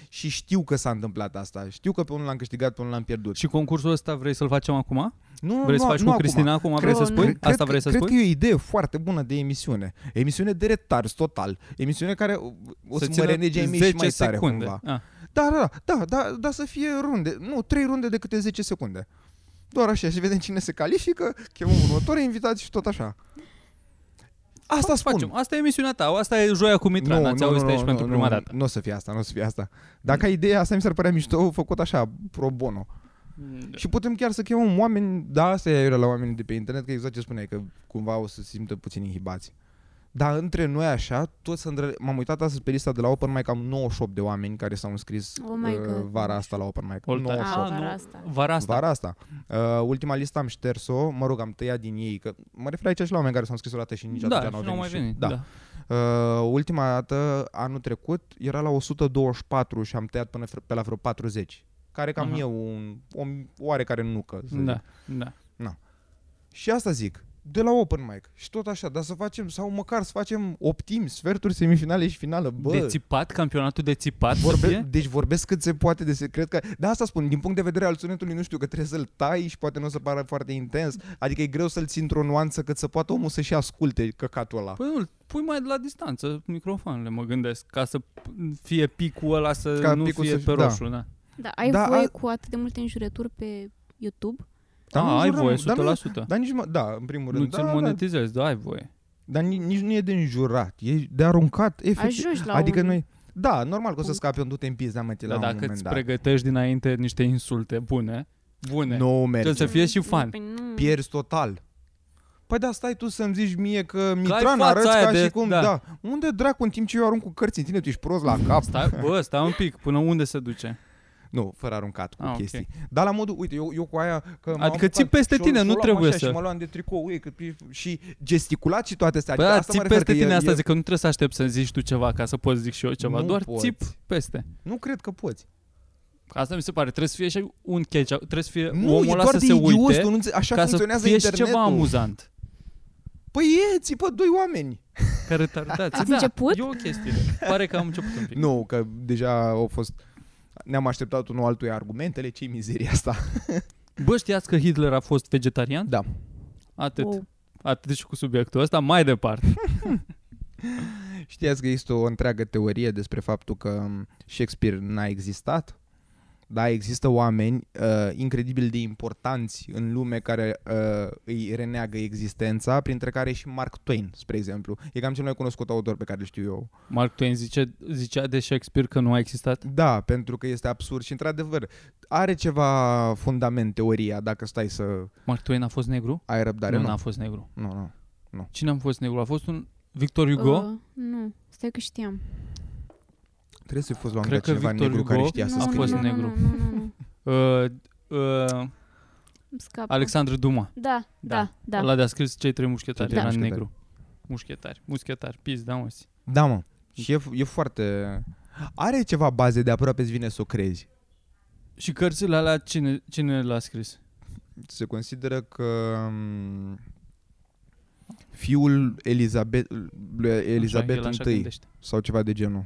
[SPEAKER 4] și știu că s-a întâmplat asta. Știu că pe unul l-am câștigat, pe unul l-am pierdut.
[SPEAKER 2] Și concursul ăsta vrei să-l facem acum?
[SPEAKER 4] Nu,
[SPEAKER 2] Vrei
[SPEAKER 4] nu,
[SPEAKER 2] să faci
[SPEAKER 4] nu
[SPEAKER 2] cu
[SPEAKER 4] acum.
[SPEAKER 2] Cristina acum? Vrei
[SPEAKER 4] Cred-
[SPEAKER 2] să spui?
[SPEAKER 4] cred că-
[SPEAKER 2] Asta vrei să
[SPEAKER 4] cred
[SPEAKER 2] spui?
[SPEAKER 4] că e o idee foarte bună de emisiune. Emisiune de retars total. Emisiune care o- o să, să mă
[SPEAKER 2] țină
[SPEAKER 4] renege Emi și mai
[SPEAKER 2] 10
[SPEAKER 4] tare
[SPEAKER 2] secunde.
[SPEAKER 4] cumva.
[SPEAKER 2] Ah.
[SPEAKER 4] Da, da, da, da, da, da, să fie runde. Nu, trei runde de câte 10 secunde. Doar așa și vedem cine se califică, chemăm următorul invitat și tot așa. Asta
[SPEAKER 2] Asta
[SPEAKER 4] spun.
[SPEAKER 2] facem. Asta e emisiunea ta. Asta e joia cu Mitran. Ați auzit aici pentru
[SPEAKER 4] nu,
[SPEAKER 2] prima
[SPEAKER 4] nu,
[SPEAKER 2] dată.
[SPEAKER 4] Nu o să fie asta, nu o să fie asta. Dacă ai ideea asta mi s-ar părea mișto făcut așa, pro bono.
[SPEAKER 2] Da.
[SPEAKER 4] Și putem chiar să chemăm oameni, da, asta e aiurea la oamenii de pe internet, că exact ce spuneai, că cumva o să se simtă puțin inhibați. Dar între noi așa, toți îndră... m-am uitat astăzi pe lista de la Open Mic, am 98 de oameni care s-au înscris
[SPEAKER 3] Oh my
[SPEAKER 4] uh,
[SPEAKER 3] God.
[SPEAKER 4] vara asta la Open Mic.
[SPEAKER 2] All time.
[SPEAKER 4] 98.
[SPEAKER 2] Ah, nu.
[SPEAKER 3] A, vara asta.
[SPEAKER 2] Vara asta.
[SPEAKER 4] Vara asta. Uh, ultima listă am șters-o, mă rog, am tăiat din ei, că mă refer aici și la oameni care s-au înscris o dată și nici
[SPEAKER 2] da,
[SPEAKER 4] atunci
[SPEAKER 2] și
[SPEAKER 4] n-au
[SPEAKER 2] nu
[SPEAKER 4] venit.
[SPEAKER 2] mai venit.
[SPEAKER 4] da. Uh, ultima dată, anul trecut, era la 124 și am tăiat până fr- pe la vreo 40. Care cam
[SPEAKER 2] Aha.
[SPEAKER 4] e un, o oarecare nucă. să
[SPEAKER 2] Da, da.
[SPEAKER 4] și asta zic, de la open mic și tot așa, dar să facem, sau măcar să facem optim, sferturi, semifinale și finală, bă.
[SPEAKER 2] De țipat, campionatul de țipat să
[SPEAKER 4] Vorbe,
[SPEAKER 2] Deci fie?
[SPEAKER 4] deci vorbesc cât se poate de secret că, da asta spun, din punct de vedere al sunetului nu știu că trebuie să-l tai și poate nu o să pară foarte intens Adică e greu să-l ții într-o nuanță cât să poată omul să-și asculte căcatul ăla
[SPEAKER 2] Păi nu, îl pui mai la distanță microfoanele, mă gândesc, ca să fie picul ăla să
[SPEAKER 4] Ca
[SPEAKER 2] nu
[SPEAKER 4] picul
[SPEAKER 2] fie
[SPEAKER 4] să-
[SPEAKER 2] pe
[SPEAKER 4] da.
[SPEAKER 2] roșu, da.
[SPEAKER 3] Da, ai
[SPEAKER 4] Da,
[SPEAKER 3] voie
[SPEAKER 4] a-
[SPEAKER 3] cu atât de multe înjurături pe YouTube?
[SPEAKER 4] Dar
[SPEAKER 2] Da,
[SPEAKER 4] nu
[SPEAKER 2] ai
[SPEAKER 4] jurăm,
[SPEAKER 2] voie, 100%.
[SPEAKER 4] dar nu- Dar nici mă, da, în primul
[SPEAKER 2] nu
[SPEAKER 4] rând,
[SPEAKER 2] ți-l
[SPEAKER 4] da, da,
[SPEAKER 2] monetizezi, da, ai voie.
[SPEAKER 4] dar ni- nici nu e de înjurat, e de aruncat, efectiv
[SPEAKER 3] Ajungi la
[SPEAKER 4] Adică
[SPEAKER 3] un...
[SPEAKER 4] noi, da, normal că o să scape un du-te în pizda, mă, la
[SPEAKER 2] Dar
[SPEAKER 4] un
[SPEAKER 2] Da, dacă
[SPEAKER 4] moment
[SPEAKER 2] îți
[SPEAKER 4] dat
[SPEAKER 2] pregătești dinainte niște insulte bune, bune,
[SPEAKER 4] Nu merge
[SPEAKER 2] să fie și fan.
[SPEAKER 3] Păi nu.
[SPEAKER 2] Mhm.
[SPEAKER 4] pierzi total. Păi da, stai tu să-mi zici mie că Mitran
[SPEAKER 2] fața
[SPEAKER 4] arăți
[SPEAKER 2] aia
[SPEAKER 4] ca
[SPEAKER 2] de-
[SPEAKER 4] și cum,
[SPEAKER 2] da.
[SPEAKER 4] da. da. Unde dracu în timp ce eu arunc cu cărți în tine, tu ești prost la cap?
[SPEAKER 2] Stai, da, bă, stai un pic, până unde se duce?
[SPEAKER 4] Adică Nu, fără aruncat cu
[SPEAKER 2] Ah, ok.
[SPEAKER 4] chestii. Dar la modul, uite, eu, eu cu aia că m-am
[SPEAKER 2] Adică ții
[SPEAKER 4] apucat
[SPEAKER 2] peste
[SPEAKER 4] și o-
[SPEAKER 2] tine,
[SPEAKER 4] și o
[SPEAKER 2] nu
[SPEAKER 4] luam
[SPEAKER 2] trebuie
[SPEAKER 4] așa
[SPEAKER 2] să-
[SPEAKER 4] Și mă luam de tricou, ui, cât, pi- și gesticulat și toate astea.
[SPEAKER 2] Păi
[SPEAKER 4] adică
[SPEAKER 2] da,
[SPEAKER 4] asta mă
[SPEAKER 2] țip
[SPEAKER 4] refer,
[SPEAKER 2] peste
[SPEAKER 4] că e-
[SPEAKER 2] tine asta
[SPEAKER 4] e-
[SPEAKER 2] zic, că nu trebuie să aștept să zici tu ceva ca să poți zic și eu ceva,
[SPEAKER 4] Nu
[SPEAKER 2] doar
[SPEAKER 4] poți.
[SPEAKER 2] țip peste.
[SPEAKER 4] Nu cred că poți.
[SPEAKER 2] Asta mi se pare, trebuie să fie și un catch, trebuie să fie
[SPEAKER 4] Nu,
[SPEAKER 2] omul
[SPEAKER 4] e
[SPEAKER 2] ăla
[SPEAKER 4] doar
[SPEAKER 2] să
[SPEAKER 4] de
[SPEAKER 2] se
[SPEAKER 4] idios,
[SPEAKER 2] uite
[SPEAKER 4] tu nu înțe- așa
[SPEAKER 2] ca să
[SPEAKER 4] funcționează
[SPEAKER 2] fie și
[SPEAKER 4] internetul.
[SPEAKER 2] ceva amuzant.
[SPEAKER 4] Păi e, țipă doi oameni.
[SPEAKER 2] Că retardați.
[SPEAKER 3] Ați
[SPEAKER 2] da,
[SPEAKER 3] început?
[SPEAKER 2] E o chestie. Pare că am început un pic.
[SPEAKER 4] Nu, că deja au fost ne-am așteptat unul altuia argumentele, ce mizeria asta.
[SPEAKER 2] Bă, știați că Hitler a fost vegetarian?
[SPEAKER 4] Da.
[SPEAKER 2] Atât.
[SPEAKER 3] Wow.
[SPEAKER 2] Atât și cu subiectul ăsta. Mai departe.
[SPEAKER 4] Știați că există o întreagă teorie despre faptul că um, Shakespeare n-a existat? Da, există oameni uh, incredibil de importanți în lume care uh, îi reneagă existența, printre care și Mark Twain, spre exemplu. E cam cel mai cunoscut autor pe care îl știu eu.
[SPEAKER 2] Mark Twain zice, zicea de Shakespeare că nu a existat.
[SPEAKER 4] Da, pentru că este absurd și, într-adevăr, are ceva fundament teoria, dacă stai să
[SPEAKER 2] Mark Twain a fost negru?
[SPEAKER 4] ai răbdare.
[SPEAKER 2] nu,
[SPEAKER 4] Nu,
[SPEAKER 2] n-a fost negru.
[SPEAKER 4] nu, nu.
[SPEAKER 2] Cine a fost negru? A fost un Victor Hugo?
[SPEAKER 3] Uh, nu, stai că știam.
[SPEAKER 4] Trebuie să fi fost la un
[SPEAKER 2] Cred
[SPEAKER 4] dat
[SPEAKER 2] că
[SPEAKER 4] cineva
[SPEAKER 2] Victor
[SPEAKER 4] negru
[SPEAKER 2] Hugo
[SPEAKER 4] care știa să
[SPEAKER 3] nu,
[SPEAKER 2] a
[SPEAKER 3] nu,
[SPEAKER 4] scrie.
[SPEAKER 2] fost
[SPEAKER 3] nu,
[SPEAKER 2] negru.
[SPEAKER 3] Nu, nu, nu, nu.
[SPEAKER 2] Uh, uh,
[SPEAKER 3] Îmi scapă.
[SPEAKER 2] Alexandru Duma.
[SPEAKER 3] Da, da, da.
[SPEAKER 2] Ăla de a scris cei trei mușchetari.
[SPEAKER 4] Cei trei
[SPEAKER 2] era
[SPEAKER 4] mușchetari.
[SPEAKER 2] negru. Mușchetari. Mușchetari. Pis, da, mă.
[SPEAKER 4] Da, mă. Și e, e foarte... Are ceva baze de aproape îți vine să o crezi.
[SPEAKER 2] Și cărțile alea, cine, cine l-a scris?
[SPEAKER 4] Se consideră că m, fiul Elizabeth, lui
[SPEAKER 2] Așa, el
[SPEAKER 4] Elizabeth
[SPEAKER 2] așa
[SPEAKER 4] I
[SPEAKER 2] gândește.
[SPEAKER 4] sau ceva de genul.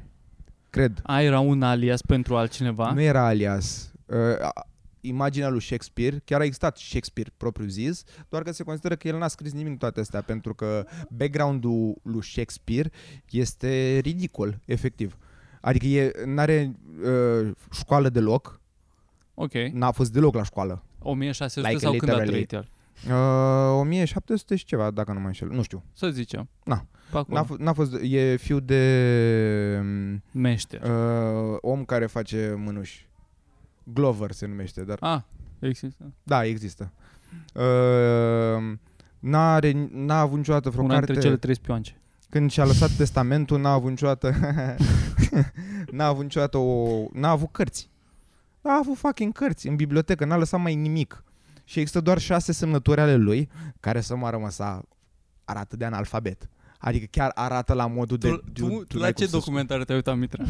[SPEAKER 4] Cred.
[SPEAKER 2] A, era un alias pentru altcineva?
[SPEAKER 4] Nu era alias. Uh, a- imaginea lui Shakespeare, chiar a existat Shakespeare propriu zis, doar că se consideră că el n-a scris nimic din toate astea, pentru că background-ul lui Shakespeare este ridicol, efectiv. Adică e, n-are uh, școală deloc,
[SPEAKER 2] Ok.
[SPEAKER 4] n-a fost deloc la școală.
[SPEAKER 2] 1600
[SPEAKER 4] Like
[SPEAKER 2] sau când a
[SPEAKER 4] literally.
[SPEAKER 2] trăit el?
[SPEAKER 4] Uh, 1700 și ceva, dacă nu mă înșel. Nu știu.
[SPEAKER 2] Să zicem.
[SPEAKER 4] Na.
[SPEAKER 2] Pe acolo.
[SPEAKER 4] N-a, f- n-a fost, e fiu de um,
[SPEAKER 2] Meșter.
[SPEAKER 4] uh, om care face mânuși. Glover se numește, dar
[SPEAKER 2] A, există.
[SPEAKER 4] da, există. Uh, n-a, are, n-a avut niciodată vreo
[SPEAKER 2] Una dintre
[SPEAKER 4] carte.
[SPEAKER 2] cele trei spioance.
[SPEAKER 4] Când și-a lăsat testamentul, n-a avut niciodată... n-a avut niciodată o... N-a avut cărți. N-a avut fucking cărți în bibliotecă, n-a lăsat mai nimic. Și există doar șase semnături ale lui, care să mă rămas arată de analfabet. Adică chiar arată la modul de...
[SPEAKER 2] tu, tu, tu
[SPEAKER 4] n-ai
[SPEAKER 2] la
[SPEAKER 4] cum
[SPEAKER 2] ce
[SPEAKER 4] să spui.
[SPEAKER 2] documentare te-ai uitat, Mitra?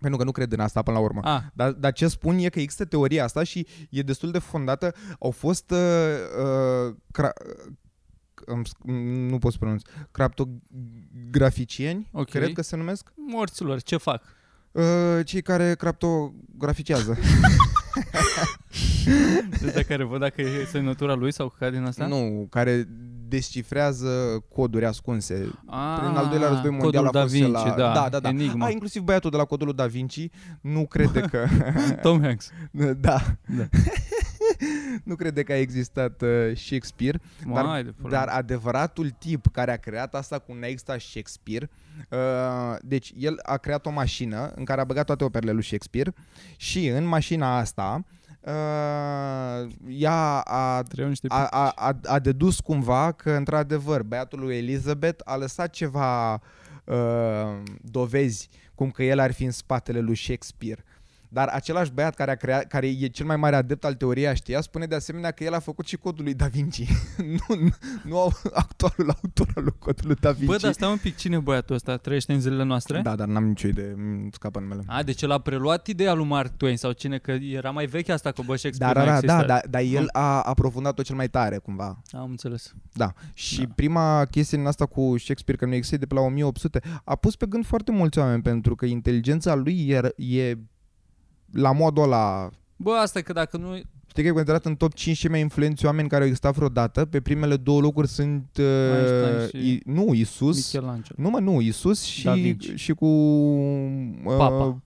[SPEAKER 4] Pentru că nu cred în asta până la urmă.
[SPEAKER 2] A,
[SPEAKER 4] Dar, dar ce spun e că există teoria asta și e destul de fondată. Au fost... Uh, uh, cra- îmi sc- nu pot să pronunț, craptograficieni,
[SPEAKER 2] Ok.
[SPEAKER 4] cred că se numesc,
[SPEAKER 2] morților, ce fac?
[SPEAKER 4] uh, cei care craptograficează.
[SPEAKER 2] Deci de care văd dacă e semnătura lui sau căcat din asta?
[SPEAKER 4] nu, care descifrează coduri ascunse.
[SPEAKER 2] A,
[SPEAKER 4] Prin al doilea război mondial
[SPEAKER 2] Ah, Codul
[SPEAKER 4] a fost
[SPEAKER 2] da Vinci,
[SPEAKER 4] la...
[SPEAKER 2] da,
[SPEAKER 4] da, da, da.
[SPEAKER 2] Enigma.
[SPEAKER 4] A, inclusiv băiatul de la codul lui Da Vinci nu crede că...
[SPEAKER 2] Tom Hanks.
[SPEAKER 4] da.
[SPEAKER 2] Da.
[SPEAKER 4] nu crede că a existat uh, Shakespeare.
[SPEAKER 2] Mai de pula.
[SPEAKER 4] Dar adevăratul tip care a creat asta cu Next Shakespeare, uh, deci el a creat o mașină în care a băgat toate operele lui Shakespeare și în mașina asta uh, ea a,
[SPEAKER 2] Trebuie niște
[SPEAKER 4] a, a, a, a dedus cumva că într-adevăr băiatul lui Elizabeth a lăsat ceva uh, dovezi cum că el ar fi în spatele lui Shakespeare. Dar același băiat care, a creat, care e cel mai mare adept al teoriei aștia spune de asemenea că el a făcut și codul lui Da Vinci. nu, nu au actualul autor al lui codului Da Vinci.
[SPEAKER 2] Bă, dar stai un pic, cine e băiatul ăsta? Trăiește în zilele noastre?
[SPEAKER 4] da, dar n-am nicio idee, îmi scapă numele.
[SPEAKER 2] A, deci el a preluat ideea lui Mark Twain sau cine, că era mai veche asta cu bă, Shakespeare
[SPEAKER 4] Dar, da,
[SPEAKER 2] nu
[SPEAKER 4] da,
[SPEAKER 2] exista.
[SPEAKER 4] da, da, dar el a aprofundat-o cel mai tare cumva.
[SPEAKER 2] Am înțeles.
[SPEAKER 4] Da. Și
[SPEAKER 2] Da.
[SPEAKER 4] da. prima chestie din asta cu Shakespeare, că nu există de pe la 1800, a pus pe gând foarte mulți oameni pentru că inteligența lui e, e la modul ăla...
[SPEAKER 2] Bă, asta e că dacă nu...
[SPEAKER 4] Știi că e considerat în top 5 cei mai influenți oameni care au existat vreodată. Pe primele două locuri sunt... Uh,
[SPEAKER 2] Einstein și
[SPEAKER 4] I, nu, Isus.
[SPEAKER 2] Michelangelo.
[SPEAKER 4] Nu, mă, nu, Isus și,
[SPEAKER 2] Da Vinci.
[SPEAKER 4] și cu... Uh,
[SPEAKER 2] Papa.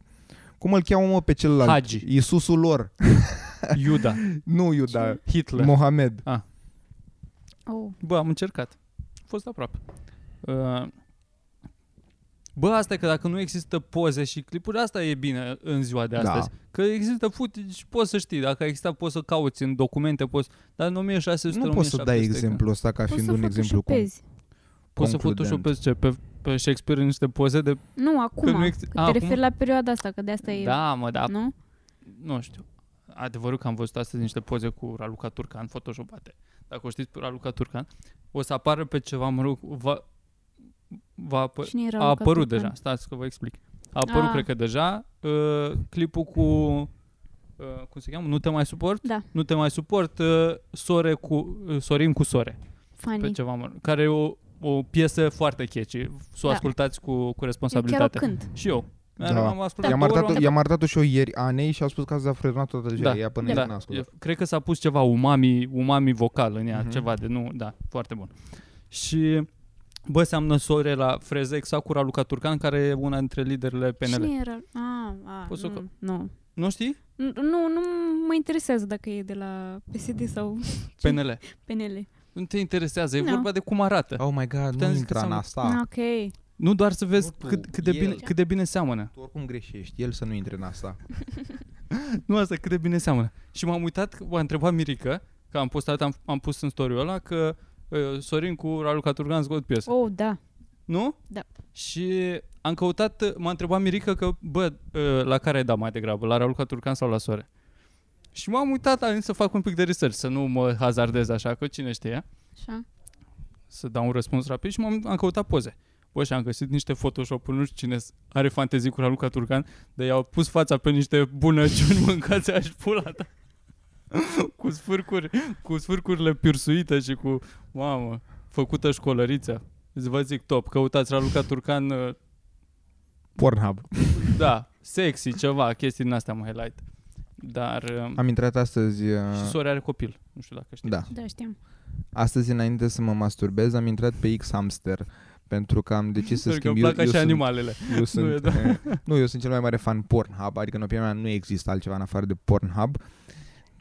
[SPEAKER 4] Cum îl cheamă, mă, pe celălalt?
[SPEAKER 2] Hagi.
[SPEAKER 4] Isusul lor.
[SPEAKER 2] Iuda.
[SPEAKER 4] Nu Iuda.
[SPEAKER 2] Hitler.
[SPEAKER 4] Mohamed.
[SPEAKER 3] Oh.
[SPEAKER 2] Bă, am încercat. A fost aproape. Uh, Bă, asta e că dacă nu există poze și clipuri, asta e bine în ziua de
[SPEAKER 4] Da.
[SPEAKER 2] astăzi. Că există footage și poți să știi. Dacă a existat, poți să cauți în documente, poți... Dar în 1600,
[SPEAKER 4] Nu poți să
[SPEAKER 2] 1700,
[SPEAKER 4] dai
[SPEAKER 2] că-
[SPEAKER 4] exemplu ăsta ca
[SPEAKER 3] Poți
[SPEAKER 4] fiind
[SPEAKER 3] să
[SPEAKER 4] un exemplu cum.
[SPEAKER 3] photoshopezi.
[SPEAKER 2] Poți să
[SPEAKER 4] concludent.
[SPEAKER 2] photoshopezi ce? Pe, pe Shakespeare în niște poze de...
[SPEAKER 3] Nu, acum.
[SPEAKER 2] nu
[SPEAKER 3] Că
[SPEAKER 2] ex-
[SPEAKER 3] te
[SPEAKER 2] A, acum?
[SPEAKER 3] referi la perioada asta, că de asta e...
[SPEAKER 2] Da, mă, da,
[SPEAKER 3] Nu?
[SPEAKER 2] nu știu. Adevărul că am văzut astăzi niște poze cu Raluca Turcan photoshopate. Dacă o știți pe Raluca Turcan, o să apară pe ceva, mă rog, va, va apă,
[SPEAKER 3] Păi, Cine era
[SPEAKER 2] a
[SPEAKER 3] Luca
[SPEAKER 2] apărut
[SPEAKER 3] Turcan?
[SPEAKER 2] deja, stați că vă explic. A apărut,
[SPEAKER 3] Ah.
[SPEAKER 2] cred că deja, uh, clipul cu, uh, cum se cheamă, Nu te mai suport?
[SPEAKER 3] Da.
[SPEAKER 2] Nu te mai suport, uh, sore cu, uh, Sorin cu sore, pe
[SPEAKER 3] Funny.
[SPEAKER 2] ceva, mă rog, care e o, o piesă foarte catchy. Să o
[SPEAKER 3] Da.
[SPEAKER 2] ascultați cu, cu
[SPEAKER 3] Eu chiar o
[SPEAKER 2] responsabilitate.
[SPEAKER 3] cânt.
[SPEAKER 2] Și eu. Mereu
[SPEAKER 4] Da.
[SPEAKER 2] am ascultat
[SPEAKER 4] I-am
[SPEAKER 2] două ori,
[SPEAKER 4] arătat-o,
[SPEAKER 2] am-
[SPEAKER 4] i-am arătat-o și eu ieri Anei și au spus că ați afrânat toată ziua.
[SPEAKER 2] Da.
[SPEAKER 4] Ea până
[SPEAKER 2] Da.
[SPEAKER 4] da. n-a ascultat.
[SPEAKER 2] Eu cred că s-a pus ceva umami, umami vocal în ea,
[SPEAKER 4] Mhm.
[SPEAKER 2] ceva de nu, da, foarte bun. Și bă, seamănă sore la Frezex Sakura Luca Turcan, care e una dintre liderele PNL.
[SPEAKER 3] Cine era? A, a,
[SPEAKER 2] Poți să o
[SPEAKER 3] nu, nu.
[SPEAKER 2] Nu știi?
[SPEAKER 3] N- Nu, nu mă interesează dacă e de la PSD sau
[SPEAKER 2] PNL.
[SPEAKER 3] PNL.
[SPEAKER 2] Nu te interesează, e
[SPEAKER 3] Nu.
[SPEAKER 2] vorba de cum arată.
[SPEAKER 4] Oh my god,
[SPEAKER 2] Puteam
[SPEAKER 4] nu
[SPEAKER 2] zis că
[SPEAKER 4] intra în
[SPEAKER 2] seamănă-
[SPEAKER 3] Ah,
[SPEAKER 4] asta.
[SPEAKER 3] ok. Păi
[SPEAKER 2] Nu doar să vezi
[SPEAKER 4] Nu tu,
[SPEAKER 2] cât, cât, de
[SPEAKER 4] el.
[SPEAKER 2] bine, cât de bine seamănă.
[SPEAKER 4] Tu oricum greșești, el să nu intre în asta.
[SPEAKER 2] Nu asta, cât de bine seamănă. Și m-am uitat, m-a întrebat Mirica, că am postat, am, am pus în story ăla, că uh, Sorin cu Raluca Turgan scot piesă.
[SPEAKER 3] Oh, da.
[SPEAKER 2] Nu?
[SPEAKER 3] Da.
[SPEAKER 2] Și am căutat, m-a întrebat Mirica că, bă, uh, la care ai dat mai degrabă, la Raluca Turcan sau la Soare? Și m-am uitat, am zis să fac un pic de research, să nu mă hazardez așa, că cine știe,
[SPEAKER 3] Așa.
[SPEAKER 2] să dau un răspuns rapid și m-am am căutat poze. Bă, și am găsit niște photoshop nu știu cine s- are fantezii cu Raluca Turcan, dar i-au pus fața pe niște bunăciuni mâncați aș pula ta. cu sfârcuri, cu sfârcurile pirsuite și cu, mamă, făcută școlărița. Îți vă zic top, căutați Raluca Turcan uh,
[SPEAKER 4] Pornhub.
[SPEAKER 2] Da, sexy, ceva, chestii din astea mă highlight. Dar um,
[SPEAKER 4] Am intrat astăzi... uh,
[SPEAKER 2] și sora are copil, nu știu dacă știi.
[SPEAKER 4] Da.
[SPEAKER 3] Da, știam.
[SPEAKER 4] Astăzi, înainte să mă masturbez, am intrat pe X Hamster. Pentru că am decis să
[SPEAKER 2] Pentru că
[SPEAKER 4] schimb...
[SPEAKER 2] îmi plac
[SPEAKER 4] eu,
[SPEAKER 2] așa
[SPEAKER 4] eu sunt,
[SPEAKER 2] animalele.
[SPEAKER 4] eu sunt,
[SPEAKER 2] e,
[SPEAKER 4] nu,
[SPEAKER 2] da.
[SPEAKER 4] nu, eu sunt cel mai mare fan Pornhub, adică în opinia mea nu există altceva în afară de Pornhub.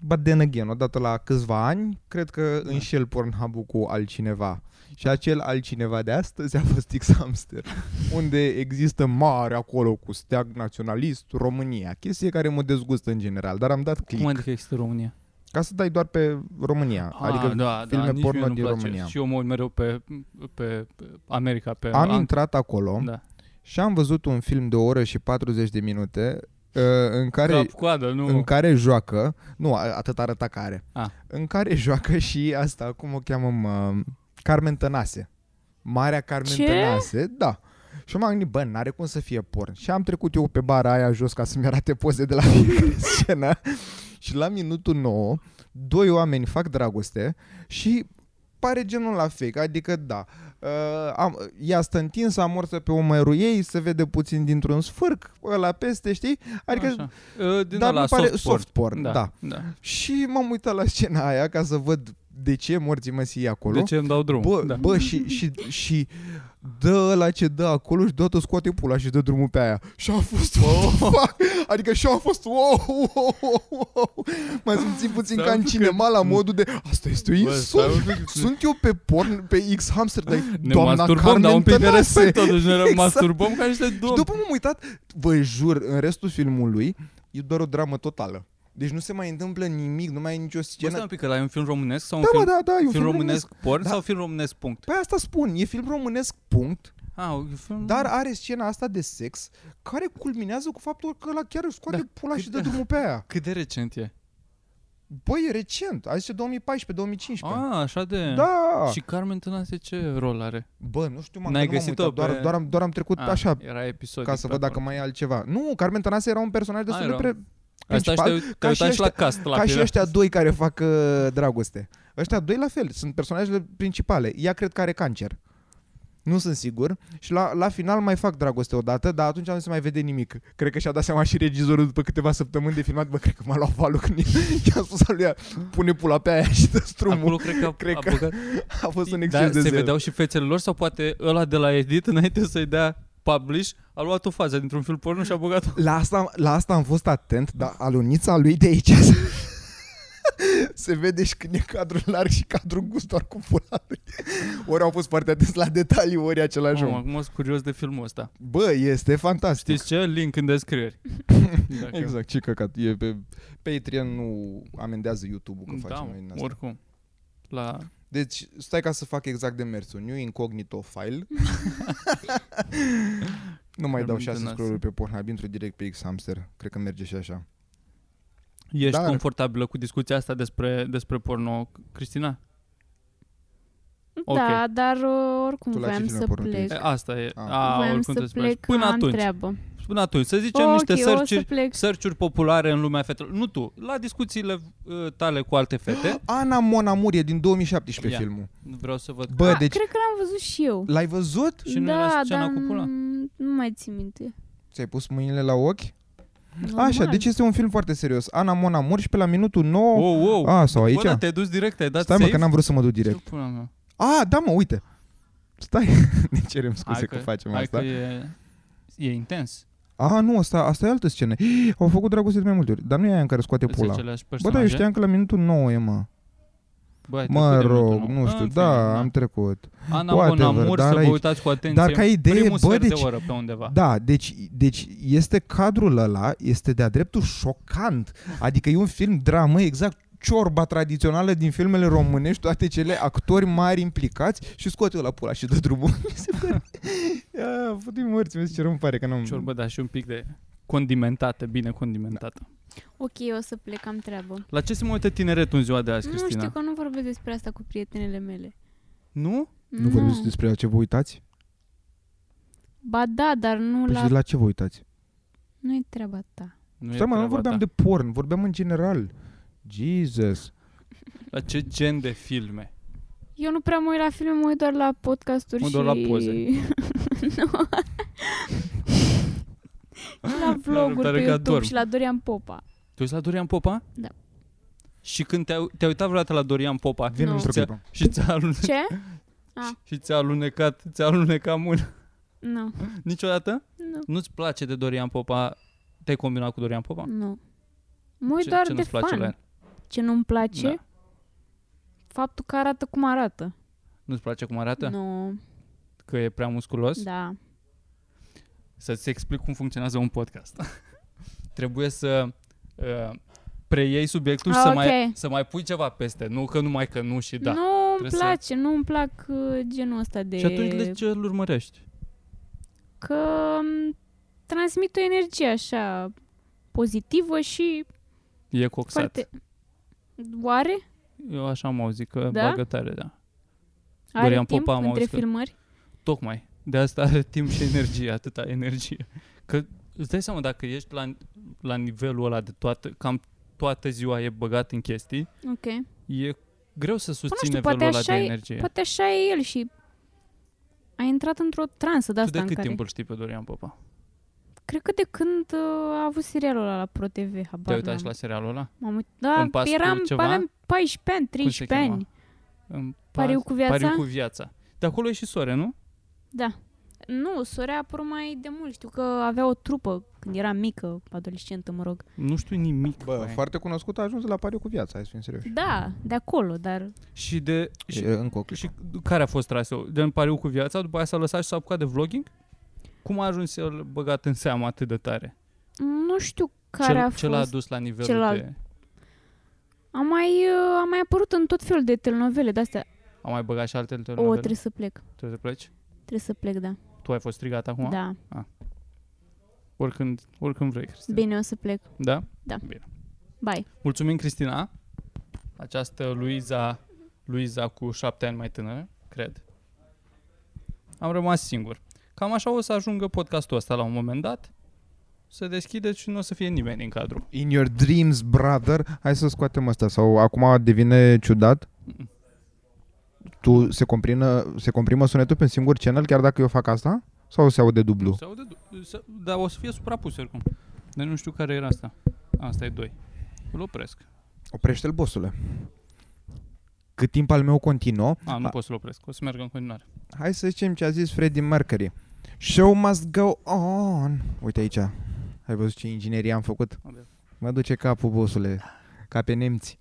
[SPEAKER 4] But then again, odată la câțiva ani, cred că
[SPEAKER 2] Da.
[SPEAKER 4] înșel Pornhub-ul cu altcineva. Și acel altcineva de astăzi a fost X Hamster, unde există mare acolo cu steag naționalist România, chestie care mă dezgustă în general, dar am dat click
[SPEAKER 2] Cum adică există România?
[SPEAKER 4] ca să dai doar pe România, adică
[SPEAKER 2] da,
[SPEAKER 4] filme
[SPEAKER 2] nici mie
[SPEAKER 4] porno
[SPEAKER 2] nu-mi
[SPEAKER 4] din
[SPEAKER 2] place.
[SPEAKER 4] România.
[SPEAKER 2] Și eu mă uit mereu pe, pe, pe America, pe
[SPEAKER 4] am
[SPEAKER 2] Ang-
[SPEAKER 4] intrat acolo.
[SPEAKER 2] Da.
[SPEAKER 4] Și am văzut un film de o oră și 40 de minute uh, în care
[SPEAKER 2] Cap coadă, nu.
[SPEAKER 4] în care joacă, nu, a- atât arăta care.
[SPEAKER 2] Ah.
[SPEAKER 4] În care joacă și asta, cum o cheamă, mă, Carmen Tănase. Marea Carmen
[SPEAKER 3] Ce?
[SPEAKER 4] Tănase, da. Și eu m-am gândit, bă, n-are cum să fie porn. Și am trecut eu pe bara aia jos ca să-mi arate poze de la fiecare scenă. Și la minutul 9, doi oameni fac dragoste și pare genul la fake, adică da, uh, am, ea stă întinsă, amorsă pe umărul ei, se vede puțin dintr-un sfârc, ăla peste, știi? Adică
[SPEAKER 2] Așa. Uh, Din
[SPEAKER 4] dar
[SPEAKER 2] ăla,
[SPEAKER 4] mi pare
[SPEAKER 2] soft porn.
[SPEAKER 4] soft porn, da. da.
[SPEAKER 2] da.
[SPEAKER 4] Și m-am uitat la scena aia ca să văd de ce morții măsii acolo.
[SPEAKER 2] De ce îmi dau drumul?
[SPEAKER 4] Bă,
[SPEAKER 2] da.
[SPEAKER 4] bă și, și, și dă la ce dă acolo și deodată scoate pula și dă drumul pe aia. Și a fost, oh. fuck? Adică și a fost, wow, wow, wow, wow. M-am simțit puțin
[SPEAKER 2] Stai
[SPEAKER 4] ca
[SPEAKER 2] un
[SPEAKER 4] în
[SPEAKER 2] pic
[SPEAKER 4] cinema la modul de, asta este o
[SPEAKER 2] Bă, stai
[SPEAKER 4] insult.
[SPEAKER 2] un pic.
[SPEAKER 4] Sunt eu pe porn, pe X hamster, dar
[SPEAKER 2] ne
[SPEAKER 4] doamna
[SPEAKER 2] masturbăm,
[SPEAKER 4] Carmen
[SPEAKER 2] dar un pic de
[SPEAKER 4] Tănase.
[SPEAKER 2] respect totuși, ne
[SPEAKER 4] Exact.
[SPEAKER 2] masturbăm ca niște
[SPEAKER 4] Și
[SPEAKER 2] domni.
[SPEAKER 4] după m-am uitat, vă jur, în restul filmului e doar o dramă totală. Deci nu se mai întâmplă nimic, nu mai e nicio
[SPEAKER 2] Bă, stai
[SPEAKER 4] scenă.
[SPEAKER 2] un pic, ăla e un film românesc sau un
[SPEAKER 4] Da,
[SPEAKER 2] film
[SPEAKER 4] bă, da, da, e un
[SPEAKER 2] film, românesc, porn
[SPEAKER 4] Da.
[SPEAKER 2] sau film românesc punct?
[SPEAKER 4] Păi asta spun, e film românesc, punct,
[SPEAKER 2] Ah, un film...
[SPEAKER 4] dar are scena asta de sex care culminează cu faptul că la chiar își scoate
[SPEAKER 2] Da,
[SPEAKER 4] da, pula
[SPEAKER 2] cât-
[SPEAKER 4] și dă drumul pe aia.
[SPEAKER 2] Cât de recent e?
[SPEAKER 4] Băi, e recent, a zis 2014-2015.
[SPEAKER 2] Ah, așa de...
[SPEAKER 4] Da!
[SPEAKER 2] Și Carmen Tănase ce rol are?
[SPEAKER 4] Bă, nu știu, m-am,
[SPEAKER 2] N-ai
[SPEAKER 4] că nu m-am
[SPEAKER 2] găsit-o
[SPEAKER 4] uitat, doar,
[SPEAKER 2] pe-
[SPEAKER 4] doar, am, doar am trecut
[SPEAKER 2] Ah,
[SPEAKER 4] așa,
[SPEAKER 2] Era episod.
[SPEAKER 4] ca să văd dacă mai e altceva. Nu, Carmen Tănase era un personaj destul
[SPEAKER 2] Ah, era
[SPEAKER 4] de pre...
[SPEAKER 2] Asta și
[SPEAKER 4] principal,
[SPEAKER 2] te, te
[SPEAKER 4] ca și
[SPEAKER 2] uitai și la cast. La
[SPEAKER 4] ca și
[SPEAKER 2] final.
[SPEAKER 4] ăștia doi care fac uh, dragoste. Ăștia doi la fel, sunt personajele principale. Ea cred că are cancer. Nu sunt sigur. Și la, la final mai fac dragoste odată, dar atunci nu se mai vede nimic. Cred că și-a dat seama și regizorul după câteva săptămâni de filmat, bă, cred că m-a luat valul când i-a spus lui ea, pune pula pe aia și dă strumul.
[SPEAKER 2] Acolo cred că a,
[SPEAKER 4] Cred
[SPEAKER 2] a
[SPEAKER 4] că-
[SPEAKER 2] băgat.
[SPEAKER 4] A fost un
[SPEAKER 2] Dar
[SPEAKER 4] exces de
[SPEAKER 2] Da, se
[SPEAKER 4] zel.
[SPEAKER 2] vedeau și fețele lor sau poate ăla de la edit înainte să-i dea publish a luat o fază dintr-un film porno și a băgat-o.
[SPEAKER 4] La asta, la asta am fost atent, dar alunița lui de aici se vede și când e cadrul larg și cadrul gust doar cu pula lui. Ori au fost foarte atenți la detalii, ori același
[SPEAKER 2] Mamă,
[SPEAKER 4] om.
[SPEAKER 2] Acum sunt curios de filmul ăsta.
[SPEAKER 4] Bă, este fantastic.
[SPEAKER 2] Știți ce? Link în descriere. Dacă-
[SPEAKER 4] Exact, ce căcat. E pe Patreon nu amendează YouTube-ul
[SPEAKER 2] Da,
[SPEAKER 4] că facem noi din
[SPEAKER 2] mă,
[SPEAKER 4] asta.
[SPEAKER 2] oricum. La...
[SPEAKER 4] Deci, stai ca să fac exact demersul. New incognito file. nu mai dau
[SPEAKER 2] Permite
[SPEAKER 4] șase
[SPEAKER 2] nas.
[SPEAKER 4] scroll pe Pornhub, intru direct pe X-Hamster. Cred că merge și așa.
[SPEAKER 2] Ești
[SPEAKER 4] Dar-
[SPEAKER 2] confortabilă cu discuția asta despre, despre porno, Cristina? Ok.
[SPEAKER 3] Da, dar uh, oricum
[SPEAKER 4] Tu la ce
[SPEAKER 3] voiam
[SPEAKER 4] filme
[SPEAKER 3] să
[SPEAKER 4] porno te
[SPEAKER 3] plec.
[SPEAKER 2] E, asta e.
[SPEAKER 4] Ah.
[SPEAKER 2] A,
[SPEAKER 3] voiam
[SPEAKER 2] oricum
[SPEAKER 3] să
[SPEAKER 2] trebuie să pleci.
[SPEAKER 3] plec,
[SPEAKER 2] Până
[SPEAKER 3] am
[SPEAKER 2] atunci.
[SPEAKER 3] treabă.
[SPEAKER 2] Până atunci. Să zicem
[SPEAKER 3] Ok,
[SPEAKER 2] niște
[SPEAKER 3] o să
[SPEAKER 2] search-uri,
[SPEAKER 3] plec.
[SPEAKER 2] search-uri populare în lumea fetelor. Nu tu, la discuțiile uh, tale cu alte fete.
[SPEAKER 4] Ana Mona Murie din 2017
[SPEAKER 2] Ia.
[SPEAKER 4] filmul.
[SPEAKER 2] Vreau să văd.
[SPEAKER 4] Bă,
[SPEAKER 3] Ah,
[SPEAKER 4] deci
[SPEAKER 3] Cred că l-am văzut și eu.
[SPEAKER 4] l-ai văzut?
[SPEAKER 2] Și nu
[SPEAKER 3] da,
[SPEAKER 2] era scena
[SPEAKER 3] dar
[SPEAKER 2] cu pula?
[SPEAKER 3] n- Nu mai țin minte.
[SPEAKER 4] Ți-ai pus mâinile la ochi?
[SPEAKER 3] Normal.
[SPEAKER 4] Așa, deci este un film foarte serios. Ana Mona Mur și pe la minutul 9...
[SPEAKER 2] Wow, wow.
[SPEAKER 4] Oh, A, sau aici?
[SPEAKER 2] Bă, dar te-ai dus direct, ai dat
[SPEAKER 4] Stai mă,
[SPEAKER 2] save?
[SPEAKER 4] că n-am vrut să mă duc direct.
[SPEAKER 2] Ce pula mea?
[SPEAKER 4] A, da mă, uite. Stai, ne cerem scuze
[SPEAKER 2] Hai
[SPEAKER 4] că, facem
[SPEAKER 2] hai
[SPEAKER 4] asta.
[SPEAKER 2] Că e, e intens.
[SPEAKER 4] A, nu, asta, asta e altă scenă. Au făcut dragoste de mai multe ori, dar nu e aia în care scoate
[SPEAKER 2] Sunt
[SPEAKER 4] pula.
[SPEAKER 2] aceleași
[SPEAKER 4] Bă, da, eu
[SPEAKER 2] personaje.
[SPEAKER 4] știam că la minutul 9 e, mă.
[SPEAKER 2] Bă, ai
[SPEAKER 4] Mă
[SPEAKER 2] trecut de
[SPEAKER 4] rog,
[SPEAKER 2] minutul nou.
[SPEAKER 4] nu știu,
[SPEAKER 2] În
[SPEAKER 4] da,
[SPEAKER 2] fine,
[SPEAKER 4] am trecut.
[SPEAKER 2] da. Ana
[SPEAKER 4] whatever,
[SPEAKER 2] Monamur,
[SPEAKER 4] dar
[SPEAKER 2] să vă
[SPEAKER 4] aici-
[SPEAKER 2] uitați cu atenție.
[SPEAKER 4] Dar ca idee,
[SPEAKER 2] primul
[SPEAKER 4] bă,
[SPEAKER 2] sfert
[SPEAKER 4] deci...
[SPEAKER 2] de oră pe undeva.
[SPEAKER 4] Da, deci, deci este cadrul ăla, este de-a dreptul șocant. Adică e un film dramă, exact ciorba tradițională din filmele românești, toate cele actori mari implicați și scoate la pula și dă drumul. Mi se pare- Ia, putem morți, mi se cer, îmi pare că n-am...
[SPEAKER 2] Ciorbă, dar și un pic de condimentată, bine
[SPEAKER 4] Da.
[SPEAKER 2] condimentată.
[SPEAKER 3] Ok, eu o să plec, am treabă.
[SPEAKER 2] La ce se mai uită tineretul în ziua de azi,
[SPEAKER 3] Nu știu
[SPEAKER 2] Cristina?
[SPEAKER 3] că nu vorbesc despre asta cu prietenele mele.
[SPEAKER 2] Nu?
[SPEAKER 4] Nu vorbim despre ce vă uitați?
[SPEAKER 3] Ba da, dar nu
[SPEAKER 4] Păi
[SPEAKER 3] la...
[SPEAKER 4] și la ce vă uitați?
[SPEAKER 3] Nu e treaba ta.
[SPEAKER 2] Nu e
[SPEAKER 4] Stai mă, nu
[SPEAKER 2] treaba
[SPEAKER 4] vorbeam
[SPEAKER 2] ta.
[SPEAKER 4] de porn, vorbeam în general. Jesus.
[SPEAKER 2] La ce gen de filme?
[SPEAKER 3] Eu nu prea mă uit la filme, mă uit doar la podcasturi
[SPEAKER 2] Mă uit
[SPEAKER 3] și...
[SPEAKER 2] doar la poze.
[SPEAKER 3] nu. și la vloguri
[SPEAKER 2] tare
[SPEAKER 3] pe
[SPEAKER 2] că
[SPEAKER 3] YouTube
[SPEAKER 2] adorm.
[SPEAKER 3] și la Dorian Popa.
[SPEAKER 2] Tu ești la Dorian Popa?
[SPEAKER 3] Da.
[SPEAKER 2] Și când te-ai, te-ai uitat vreodată la Dorian Popa
[SPEAKER 4] Vin
[SPEAKER 3] Nu.
[SPEAKER 4] no. într-o
[SPEAKER 2] Ți-a-
[SPEAKER 4] clipă.
[SPEAKER 2] și ți-a, alune-
[SPEAKER 3] Ce? Ah.
[SPEAKER 2] și ți-a alunecat, ți-a alunecat mâna?
[SPEAKER 3] Nu.
[SPEAKER 2] Niciodată?
[SPEAKER 3] Nu.
[SPEAKER 2] Nu-ți place de Dorian Popa? Te-ai combinat cu Dorian Popa?
[SPEAKER 3] Nu. Mă uit
[SPEAKER 2] ce,
[SPEAKER 3] Păi doar
[SPEAKER 2] ce
[SPEAKER 3] de
[SPEAKER 2] nu-ți place la
[SPEAKER 3] fan.
[SPEAKER 2] el?
[SPEAKER 3] Ce nu-mi place?
[SPEAKER 2] Da.
[SPEAKER 3] Faptul că arată cum arată.
[SPEAKER 2] Nu-ți place cum arată?
[SPEAKER 3] Nu.
[SPEAKER 2] Că e prea musculos?
[SPEAKER 3] Da.
[SPEAKER 2] să-ți explic cum funcționează un podcast. Trebuie să uh, preiei subiectul și
[SPEAKER 3] Ah,
[SPEAKER 2] să,
[SPEAKER 3] ok.
[SPEAKER 2] mai, să mai pui ceva peste. Nu că numai că nu și da.
[SPEAKER 3] Nu îmi
[SPEAKER 2] trebuie să-
[SPEAKER 3] place, nu îmi plac uh, genul ăsta de...
[SPEAKER 2] Și atunci de ce îl urmărești?
[SPEAKER 3] Că m, transmit o energie așa pozitivă și
[SPEAKER 2] E coxat.
[SPEAKER 3] foarte... Oare?
[SPEAKER 2] Eu așa am auzit că
[SPEAKER 3] Da?
[SPEAKER 2] bagă tare, da.
[SPEAKER 3] Are
[SPEAKER 2] Dorian
[SPEAKER 3] timp
[SPEAKER 2] Popa, am
[SPEAKER 3] între
[SPEAKER 2] auzit că-
[SPEAKER 3] filmări?
[SPEAKER 2] Tocmai. De asta are timp și energie, atâta energie. Că îți dai seama dacă ești la, la nivelul ăla de toată, cam toată ziua e băgat în chestii,
[SPEAKER 3] Ok. Păi,
[SPEAKER 2] e greu să susții
[SPEAKER 3] știu, poate
[SPEAKER 2] nivelul ăla de
[SPEAKER 3] așa e-
[SPEAKER 2] energie.
[SPEAKER 3] Poate așa e el și a intrat într-o transă de
[SPEAKER 2] tu
[SPEAKER 3] asta
[SPEAKER 2] de
[SPEAKER 3] în
[SPEAKER 2] cât
[SPEAKER 3] care...
[SPEAKER 2] timp îl știi pe Dorian Popa?
[SPEAKER 3] Cred că de când uh, a avut serialul ăla la Pro TV,
[SPEAKER 2] Te-ai
[SPEAKER 3] habar
[SPEAKER 2] uitat
[SPEAKER 3] n-am.
[SPEAKER 2] și la serialul ăla?
[SPEAKER 3] M-am uit... Da,
[SPEAKER 2] Un pas cu
[SPEAKER 3] eram,
[SPEAKER 2] ceva?
[SPEAKER 3] aveam 14 ani, 13
[SPEAKER 2] chema?
[SPEAKER 3] ani.
[SPEAKER 2] În
[SPEAKER 3] Pariu
[SPEAKER 2] pas-
[SPEAKER 3] cu viața?
[SPEAKER 2] Pariu cu viața. De acolo e și soare, nu?
[SPEAKER 3] Da. Nu, sora a apărut mai de mult. Știu că avea o trupă când era mică, adolescentă, mă rog.
[SPEAKER 2] Nu știu nimic.
[SPEAKER 4] Bă,
[SPEAKER 2] mai.
[SPEAKER 4] foarte cunoscut a ajuns la pariu cu viața, hai să fim serioși.
[SPEAKER 3] Da, de acolo, dar...
[SPEAKER 2] și de...
[SPEAKER 4] Și,
[SPEAKER 2] Și,
[SPEAKER 4] încă o clipă.
[SPEAKER 2] și care a fost traseul? De în pariu cu viața, după aia s-a lăsat și s-a apucat de vlogging? Cum a ajuns el băgat în seamă atât de tare?
[SPEAKER 3] Nu știu care
[SPEAKER 2] ce,
[SPEAKER 3] a fost...
[SPEAKER 2] ce l-a dus la nivelul
[SPEAKER 3] celălalt-
[SPEAKER 2] de...
[SPEAKER 3] A mai, uh, a mai apărut în tot felul de telenovele de-astea.
[SPEAKER 2] A mai băgat și alte
[SPEAKER 3] O,
[SPEAKER 2] telenovele?
[SPEAKER 3] trebuie să plec.
[SPEAKER 2] Trebuie să pleci?
[SPEAKER 3] Trebuie să plec, da.
[SPEAKER 2] Tu ai fost strigat acum?
[SPEAKER 3] Da.
[SPEAKER 2] Oricând, oricând vrei, Cristina.
[SPEAKER 3] Bine, o să plec.
[SPEAKER 2] Da?
[SPEAKER 3] Bye.
[SPEAKER 2] Mulțumim, Cristina. Această Luiza, Luiza cu șapte ani mai tânără, cred. Am rămas singur. Cam așa o să ajungă podcastul ăsta la un moment dat. Să deschideți și nu o să fie nimeni în cadru.
[SPEAKER 4] In your dreams, brother. Hai să scoatem asta. Sau acum devine ciudat.
[SPEAKER 2] Mm.
[SPEAKER 4] Tu se, comprină, se comprimă sunetul pe un singur channel chiar dacă eu fac asta? Sau se aude dublu?
[SPEAKER 2] Se aude, du- se, dar o să fie suprapus oricum. Dar nu știu care era asta. Asta e 2. Îl opresc.
[SPEAKER 4] Oprește-l, bossule. Cât timp al meu continuă,
[SPEAKER 2] A, nu
[SPEAKER 4] A.
[SPEAKER 2] pot să-l opresc. O să meargă în continuare.
[SPEAKER 4] hai să zicem ce a zis Freddie Mercury. Show must go on. Uite aici. Ai văzut ce inginerie am făcut?
[SPEAKER 2] Abia.
[SPEAKER 4] Mă duce capul, bossule. Ca pe nemți.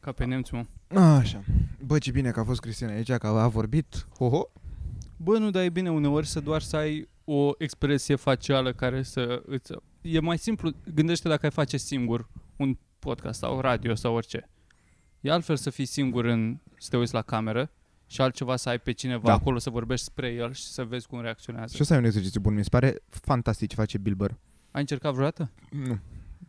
[SPEAKER 2] Ca pe nemți, mă.
[SPEAKER 4] Așa. Bă, ce bine că a fost Cristina aici, că a vorbit. Ho-ho.
[SPEAKER 2] Bă, nu, dar e bine uneori să doar să ai o expresie facială care să îți... E mai simplu, gândește dacă ai face singur un podcast sau radio sau orice. E altfel să fii singur în, să te uiți la cameră și altceva să ai pe cineva
[SPEAKER 4] Da.
[SPEAKER 2] da. acolo să vorbești spre el și să vezi cum reacționează.
[SPEAKER 4] Și ăsta e un exercițiu bun, mi se pare fantastic ce face Bilber.
[SPEAKER 2] Ai încercat vreodată?
[SPEAKER 4] Nu.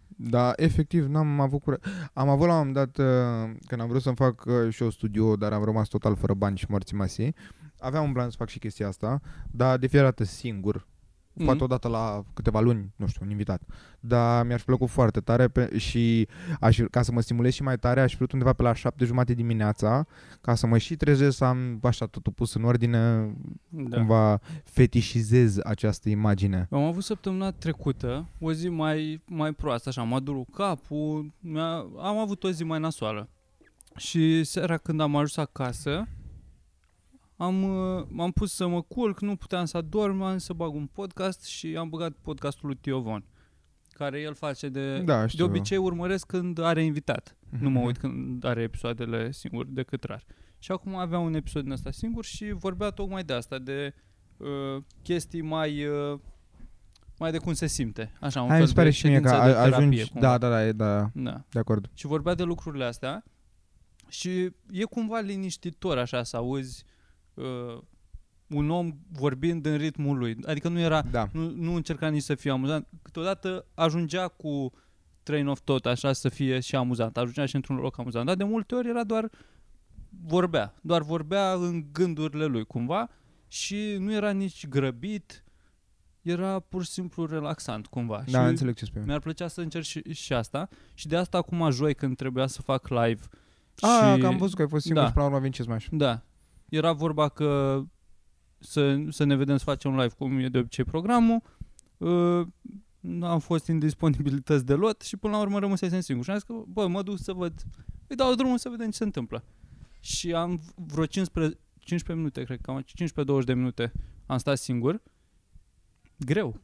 [SPEAKER 4] Dar efectiv n-am avut curaj. Am avut la un moment dat, uh, când am vrut să-mi fac uh, și eu studio, dar am rămas total fără bani și morții masii, aveam un plan să fac și chestia asta, dar de fiecare dată singur,
[SPEAKER 2] Mhm.
[SPEAKER 4] poate odată la câteva luni, nu știu, un invitat. Dar mi-aș plăcut foarte tare pe, și aș, ca să mă stimulez și mai tare, aș fi vrut undeva pe la șapte jumate dimineața, ca să mă și trezesc, să am așa totul pus în ordine, da.
[SPEAKER 2] Da.
[SPEAKER 4] cumva fetișizez această imagine.
[SPEAKER 2] Am avut săptămâna trecută o zi mai, mai proastă, așa, m-a durut capul, mi-a, am avut o zi mai nasoală. Și seara când am ajuns acasă, am, uh, m-am pus să mă culc, nu puteam să adorm, am zis să bag un podcast și am băgat podcastul lui Tiovon, care el face de...
[SPEAKER 4] Da, știu.
[SPEAKER 2] De obicei urmăresc când are invitat. Nu mă
[SPEAKER 4] Mhm.
[SPEAKER 2] uit când are episoadele singur, decât rar. Și acum avea un episod din ăsta singur și vorbea tocmai de asta, de uh, chestii mai uh, mai de cum se simte. Așa, un
[SPEAKER 4] Hai,
[SPEAKER 2] fel
[SPEAKER 4] mi se pare
[SPEAKER 2] de
[SPEAKER 4] și mie că
[SPEAKER 2] ședință de
[SPEAKER 4] a-
[SPEAKER 2] terapie,
[SPEAKER 4] ajungi,
[SPEAKER 2] cumva.
[SPEAKER 4] da, da, da, e- da,
[SPEAKER 2] da.
[SPEAKER 4] de acord.
[SPEAKER 2] Și vorbea de lucrurile astea și e cumva liniștitor așa să auzi uh, un om vorbind în ritmul lui. Adică nu era
[SPEAKER 4] Da.
[SPEAKER 2] nu, nu încerca nici să fie amuzant. Câteodată ajungea cu train of thought, așa, să fie și amuzant. Ajungea și într-un loc amuzant. Dar de multe ori era doar vorbea. Doar vorbea în gândurile lui, cumva. Și nu era nici grăbit. Era pur și simplu relaxant, cumva.
[SPEAKER 4] Da,
[SPEAKER 2] și
[SPEAKER 4] înțeleg ce spui.
[SPEAKER 2] mi-ar plăcea să încerc și, și asta. Și de asta acum joi când trebuia să fac live.
[SPEAKER 4] Ah,
[SPEAKER 2] Da, și...
[SPEAKER 4] că am văzut că ai fost singur
[SPEAKER 2] Da.
[SPEAKER 4] și până la urmă a venit ce smash.
[SPEAKER 2] Da. Era vorba că să, să ne vedem să facem live cum e de obicei programul. Uh, am fost indisponibilități de lot și până la urmă rămăsesem singur. Și am zis că, bă, mă duc să văd. Îi dau drumul să vedem ce se întâmplă. Și am vreo 15, 15 minute, cred că am 15-20 de minute am stat singur. Greu.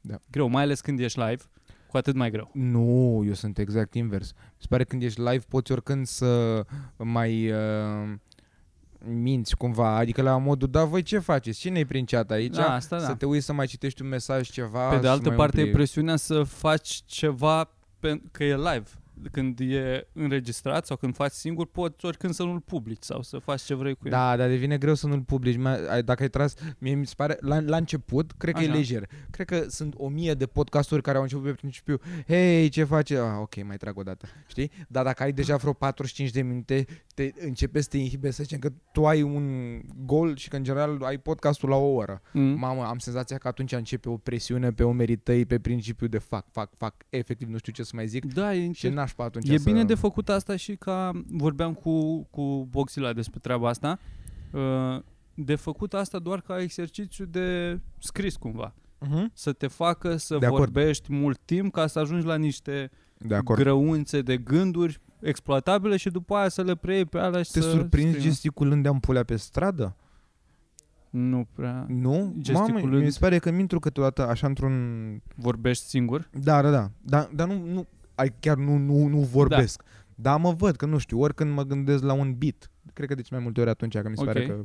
[SPEAKER 4] Da.
[SPEAKER 2] Greu, mai ales când ești live, cu atât mai greu.
[SPEAKER 4] Nu, eu sunt exact invers. Mi se pare când ești live poți oricând să mai uh, minți cumva, adică la modul, da, voi ce faceți? Cine-i prin chat aici?
[SPEAKER 2] Da, asta da.
[SPEAKER 4] Să te uiți să mai citești un mesaj, ceva.
[SPEAKER 2] Pe de
[SPEAKER 4] să
[SPEAKER 2] altă
[SPEAKER 4] mai
[SPEAKER 2] parte, e
[SPEAKER 4] umpli.
[SPEAKER 2] presiunea să faci ceva pe, că e live. Când e înregistrat sau când faci singur, poți oricând să nu-l publici sau să faci ce vrei cu el.
[SPEAKER 4] Da, dar devine greu să nu-l publici. Mai- ai- Dacă ai tras, mie mi se pare, la, la început, cred că
[SPEAKER 2] Așa.
[SPEAKER 4] e lejer. Cred că sunt o mie de podcasturi care au început pe principiu, hei, ce face? Ah, ok, mai trag o dată, știi? Dar dacă ai deja vreo 45 de minute, te începe să te inhibezi, să zicem că tu ai un gol și că în general ai podcastul la o oră.
[SPEAKER 2] Mm?
[SPEAKER 4] Mamă, am senzația că atunci începe o presiune pe umerii tăi pe principiu de fac, fac, fac, efectiv nu știu ce să mai zic.
[SPEAKER 2] da e,
[SPEAKER 4] Și
[SPEAKER 2] încerc-
[SPEAKER 4] nașpa atunci
[SPEAKER 2] e
[SPEAKER 4] să...
[SPEAKER 2] bine de făcut asta și ca vorbeam cu, cu Boxila despre treaba asta. Uh, De făcut asta doar ca exercițiu de scris cumva.
[SPEAKER 4] Mhm.
[SPEAKER 2] Să te facă să
[SPEAKER 4] De acord.
[SPEAKER 2] vorbești mult timp ca să ajungi la niște
[SPEAKER 4] De acord.
[SPEAKER 2] grăunțe de gânduri exploatabile și după aia să le preiei pe alea și
[SPEAKER 4] Te
[SPEAKER 2] să
[SPEAKER 4] surprinzi
[SPEAKER 2] scrii.
[SPEAKER 4] gesticulând de ampulea pe stradă?
[SPEAKER 2] Nu prea.
[SPEAKER 4] Nu? Mamă,
[SPEAKER 2] Gesticulând.
[SPEAKER 4] mi se pare că mintru câteodată așa într-un...
[SPEAKER 2] Vorbești singur?
[SPEAKER 4] Da, da, da. Dar, dar nu, nu, ai, chiar nu, nu, nu vorbesc. Da. Dar mă văd că, nu știu, oricând mă gândesc la un beat. Cred că de ce mai multe ori atunci, că mi se
[SPEAKER 2] Ok.
[SPEAKER 4] pare că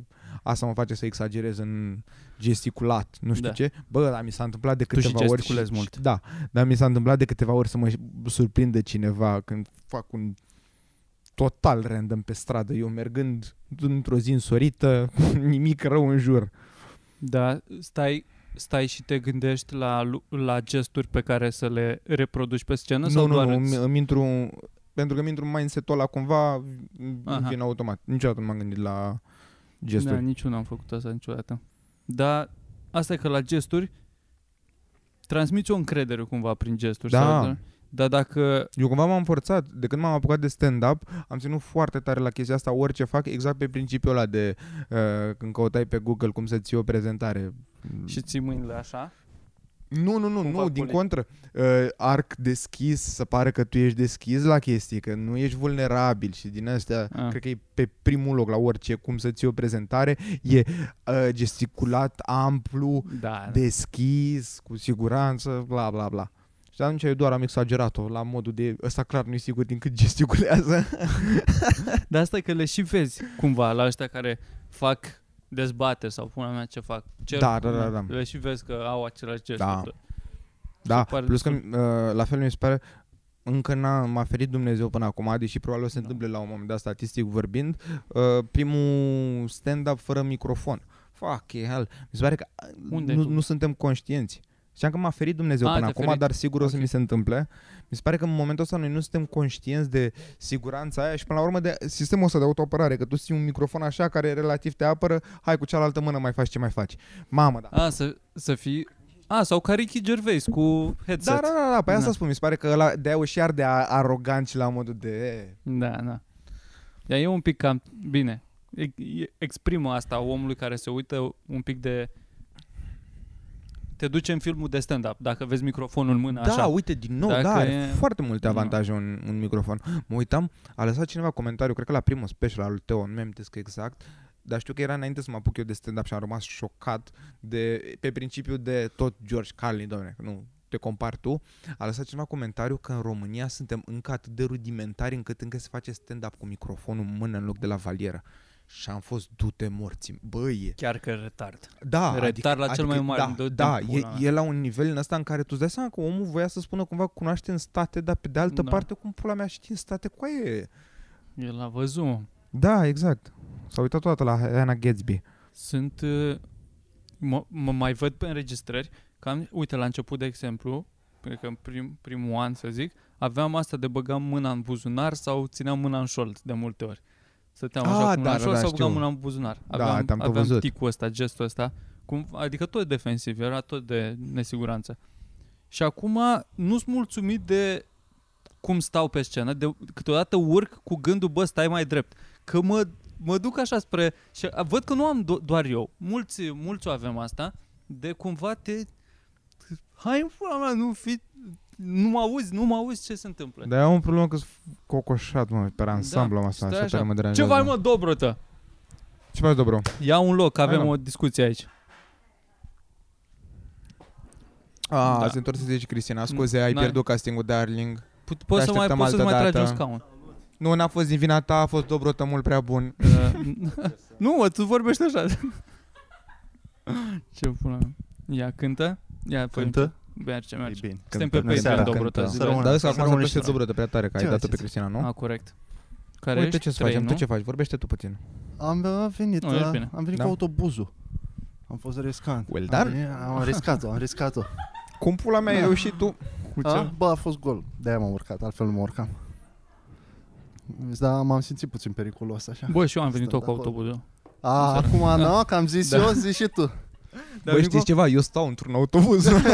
[SPEAKER 4] asta mă face să exagerez în gesticulat, nu știu
[SPEAKER 2] Da.
[SPEAKER 4] da. ce. Bă, dar mi s-a întâmplat de
[SPEAKER 2] Tu și
[SPEAKER 4] câteva ori...
[SPEAKER 2] gesticulezi mult.
[SPEAKER 4] Da, dar mi s-a întâmplat de câteva ori să mă surprinde cineva când fac un total random pe stradă, eu mergând într-o zi însorită, nimic rău în jur.
[SPEAKER 2] Da, stai, stai și te gândești la, lu- la gesturi pe care să le reproduci pe scenă
[SPEAKER 4] Nu,
[SPEAKER 2] sau
[SPEAKER 4] nu,
[SPEAKER 2] doar
[SPEAKER 4] nu,
[SPEAKER 2] îți-
[SPEAKER 4] îmi, îmi intru, pentru că îmi intru în mindset-ul ăla cumva, îmi
[SPEAKER 2] Aha.
[SPEAKER 4] vine automat. Niciodată nu m-am gândit la
[SPEAKER 2] Da,
[SPEAKER 4] gesturi.
[SPEAKER 2] nici eu n-am făcut asta niciodată. Dar asta e că la gesturi transmiți o încredere cumva prin gesturi.
[SPEAKER 4] Da.
[SPEAKER 2] Sau, dar dacă...
[SPEAKER 4] Eu cumva m-am forțat, de când m-am apucat de stand-up, am ținut foarte tare la chestia asta, orice fac, exact pe principiul ăla de uh, când căutai pe Google cum să-ți iei o prezentare.
[SPEAKER 2] Mm. Și ții mâinile așa?
[SPEAKER 4] Nu, nu, nu,
[SPEAKER 2] Cum
[SPEAKER 4] nu,
[SPEAKER 2] fac
[SPEAKER 4] din
[SPEAKER 2] colegi.
[SPEAKER 4] contră. Uh, arc deschis, să pare că tu ești deschis la chestii, că nu ești vulnerabil și din astea,
[SPEAKER 2] Ah.
[SPEAKER 4] A. cred că e pe primul loc la orice, cum să ții o prezentare, e uh, gesticulat, amplu,
[SPEAKER 2] Da. De...
[SPEAKER 4] deschis, cu siguranță, bla, bla, bla. Și atunci eu doar am exagerat-o la modul de ăsta clar nu e sigur din cât gesticulează.
[SPEAKER 2] Dar asta e că le și vezi cumva la ăștia care fac dezbateri sau puna mea ce fac. Cer,
[SPEAKER 4] Da, da, da, da.
[SPEAKER 2] Le și vezi că au același gesturi.
[SPEAKER 4] Da. Da,
[SPEAKER 2] pare
[SPEAKER 4] plus că uh, la fel mi se pare încă n-a, m-a ferit Dumnezeu până acum, deși probabil o să se
[SPEAKER 2] Da.
[SPEAKER 4] întâmple la un moment dat statistic vorbind, uh, primul stand-up fără microfon. Fuck, e hell. Mi se pare că uh,
[SPEAKER 2] Unde ai
[SPEAKER 4] nu,
[SPEAKER 2] tu?
[SPEAKER 4] nu suntem conștienți. Știam că m-a ferit Dumnezeu
[SPEAKER 2] Ah,
[SPEAKER 4] A, până
[SPEAKER 2] te-a
[SPEAKER 4] acum,
[SPEAKER 2] ferit.
[SPEAKER 4] dar sigur o să
[SPEAKER 2] Ok.
[SPEAKER 4] mi se întâmple. Mi se pare că în momentul ăsta noi nu suntem conștienți de siguranța aia și până la urmă de sistemul ăsta de autoapărare, că tu ții un microfon așa care relativ te apără, hai cu cealaltă mână mai faci ce mai faci. Mamă, da.
[SPEAKER 2] A, să, să fii A, sau ca Ricky Gervais cu
[SPEAKER 4] Da,
[SPEAKER 2] headset.
[SPEAKER 4] da, da, da, pe asta
[SPEAKER 2] Da.
[SPEAKER 4] spun, mi se pare că ăla de o și de a- arogant și la modul de...
[SPEAKER 2] Da, da. Dar e un pic cam... Bine. E- e- Exprimă asta omului care se uită un pic de... Te duce în filmul de stand-up, dacă vezi microfonul în mână,
[SPEAKER 4] Da,
[SPEAKER 2] așa.
[SPEAKER 4] uite, din nou,
[SPEAKER 2] Dacă
[SPEAKER 4] da, are
[SPEAKER 2] e-
[SPEAKER 4] foarte multe
[SPEAKER 2] Da.
[SPEAKER 4] avantaje un, un microfon. Mă uitam, a lăsat cineva comentariu, cred că la primul special al lui Teo, nu mi-am că exact, dar știu că era înainte să mă apuc eu de stand-up și am rămas șocat de, pe principiu de tot George Carlin, doamne, că nu te compari tu, a lăsat cineva comentariu că în România suntem încă atât de rudimentari încât încă se face stand-up cu microfonul în mână în loc de la valieră. Și am fost dute morții. Băie,
[SPEAKER 2] Chiar că retard.
[SPEAKER 4] da,
[SPEAKER 2] Retar la cel mai mare,
[SPEAKER 4] Da,
[SPEAKER 2] dă-
[SPEAKER 4] da
[SPEAKER 2] dă-mi
[SPEAKER 4] e,
[SPEAKER 2] pula mea.
[SPEAKER 4] e la un nivel în ăsta în care tu îți dai seama că omul voia să spună cumva cunoaște în state, dar pe de altă
[SPEAKER 2] Da.
[SPEAKER 4] parte cum pula mea știe în state cu e.
[SPEAKER 2] El a văzut, mă.
[SPEAKER 4] Da, exact. S-a uitat toată la Hannah Gatsby.
[SPEAKER 2] Sunt... uh, Mă, mă mai văd pe înregistrări. Că am, uite, la început, de exemplu, cred că în prim, primul an, să zic, aveam asta de băgam mâna în buzunar sau țineam mâna în șold de multe ori. Stăteam
[SPEAKER 4] Ah,
[SPEAKER 2] așa cu mâna
[SPEAKER 4] da,
[SPEAKER 2] în
[SPEAKER 4] da,
[SPEAKER 2] șold
[SPEAKER 4] da,
[SPEAKER 2] sau
[SPEAKER 4] știu.
[SPEAKER 2] băgam mâna în buzunar.
[SPEAKER 4] Da,
[SPEAKER 2] Aveam,
[SPEAKER 4] te-am tot
[SPEAKER 2] aveam
[SPEAKER 4] văzut.
[SPEAKER 2] ticul ăsta, gestul ăsta. Cum, adică tot defensiv, era tot de nesiguranță. Și acum nu-s mulțumit de cum stau pe scenă, de, câteodată urc cu gândul, bă, stai mai drept. Că mă, mă duc așa spre... Și a- văd că nu am do- doar eu. Mulți, mulți o avem asta, de cumva te... Hai, în pula mea, nu fi... Nu mă auzi, nu mă auzi ce se întâmplă.
[SPEAKER 4] Dar e o problemă că sunt cocoșat, mă, pe ansamblu am asta,
[SPEAKER 2] Da, stai așa.
[SPEAKER 4] așa, tare mă
[SPEAKER 2] Ce
[SPEAKER 4] deranjează.
[SPEAKER 2] vai, mă, Dobrotă?
[SPEAKER 4] Ce faci, Dobro?
[SPEAKER 2] Ia un loc, avem
[SPEAKER 4] da. Hai, mă.
[SPEAKER 2] o discuție aici.
[SPEAKER 4] A,
[SPEAKER 2] Da.
[SPEAKER 4] da. se întoarce zici, Cristina, scuze, ai
[SPEAKER 2] N-ai-
[SPEAKER 4] castingul casting Darling.
[SPEAKER 2] Put- Poți să mai,
[SPEAKER 4] așteptăm
[SPEAKER 2] poți să mai
[SPEAKER 4] altă
[SPEAKER 2] tragi un
[SPEAKER 4] dată.
[SPEAKER 2] scaun.
[SPEAKER 4] Nu, n-a fost din vina ta, a fost Dobrotă mult prea bun.
[SPEAKER 2] Uh, nu, mă, tu vorbești așa. Ce pula mea. Ia, cântă. Ia, fă-
[SPEAKER 5] Cântă?
[SPEAKER 2] Merge, merge.
[SPEAKER 5] bine.
[SPEAKER 2] Suntem pe păi,
[SPEAKER 4] Cântă,
[SPEAKER 2] Patreon,
[SPEAKER 5] da,
[SPEAKER 2] Dobrotă.
[SPEAKER 4] cântă.
[SPEAKER 2] zi-
[SPEAKER 5] Să rămână.
[SPEAKER 4] Dar vezi că
[SPEAKER 5] Să
[SPEAKER 4] acum
[SPEAKER 5] rămână
[SPEAKER 4] vorbește
[SPEAKER 5] și rămâne.
[SPEAKER 4] Dobrotă prea tare, că
[SPEAKER 5] Ce
[SPEAKER 4] ai dat-o pe
[SPEAKER 5] faceți?
[SPEAKER 4] Cristina, nu?
[SPEAKER 2] A, corect. Care
[SPEAKER 4] Uite
[SPEAKER 2] ești?
[SPEAKER 4] ce să
[SPEAKER 2] Trei,
[SPEAKER 4] facem,
[SPEAKER 2] nu?
[SPEAKER 4] tu ce faci, vorbește tu puțin.
[SPEAKER 5] Am am venit,
[SPEAKER 2] Nu, ești
[SPEAKER 5] a-
[SPEAKER 2] bine.
[SPEAKER 5] am venit
[SPEAKER 4] Da.
[SPEAKER 5] cu autobuzul. Am fost riscant.
[SPEAKER 4] Well
[SPEAKER 5] Am
[SPEAKER 4] done.
[SPEAKER 5] venit- Am riscat-o, am riscat-o.
[SPEAKER 4] Cum pula mea ai reușit tu?
[SPEAKER 2] Cu
[SPEAKER 5] A?
[SPEAKER 2] ce?
[SPEAKER 5] Bă, a fost gol. De-aia m-am urcat, altfel nu mă urcam. Da, m-am simțit puțin periculos așa.
[SPEAKER 2] Bă, și eu am venit
[SPEAKER 5] Stă
[SPEAKER 2] tot cu
[SPEAKER 5] de acolo.
[SPEAKER 2] autobuzul.
[SPEAKER 5] A, acum nu, că am zis eu, zici și tu.
[SPEAKER 2] Dar
[SPEAKER 4] Bă,
[SPEAKER 2] vin
[SPEAKER 4] știți
[SPEAKER 2] cu,
[SPEAKER 4] ceva? Eu stau într-un autobuz.
[SPEAKER 2] am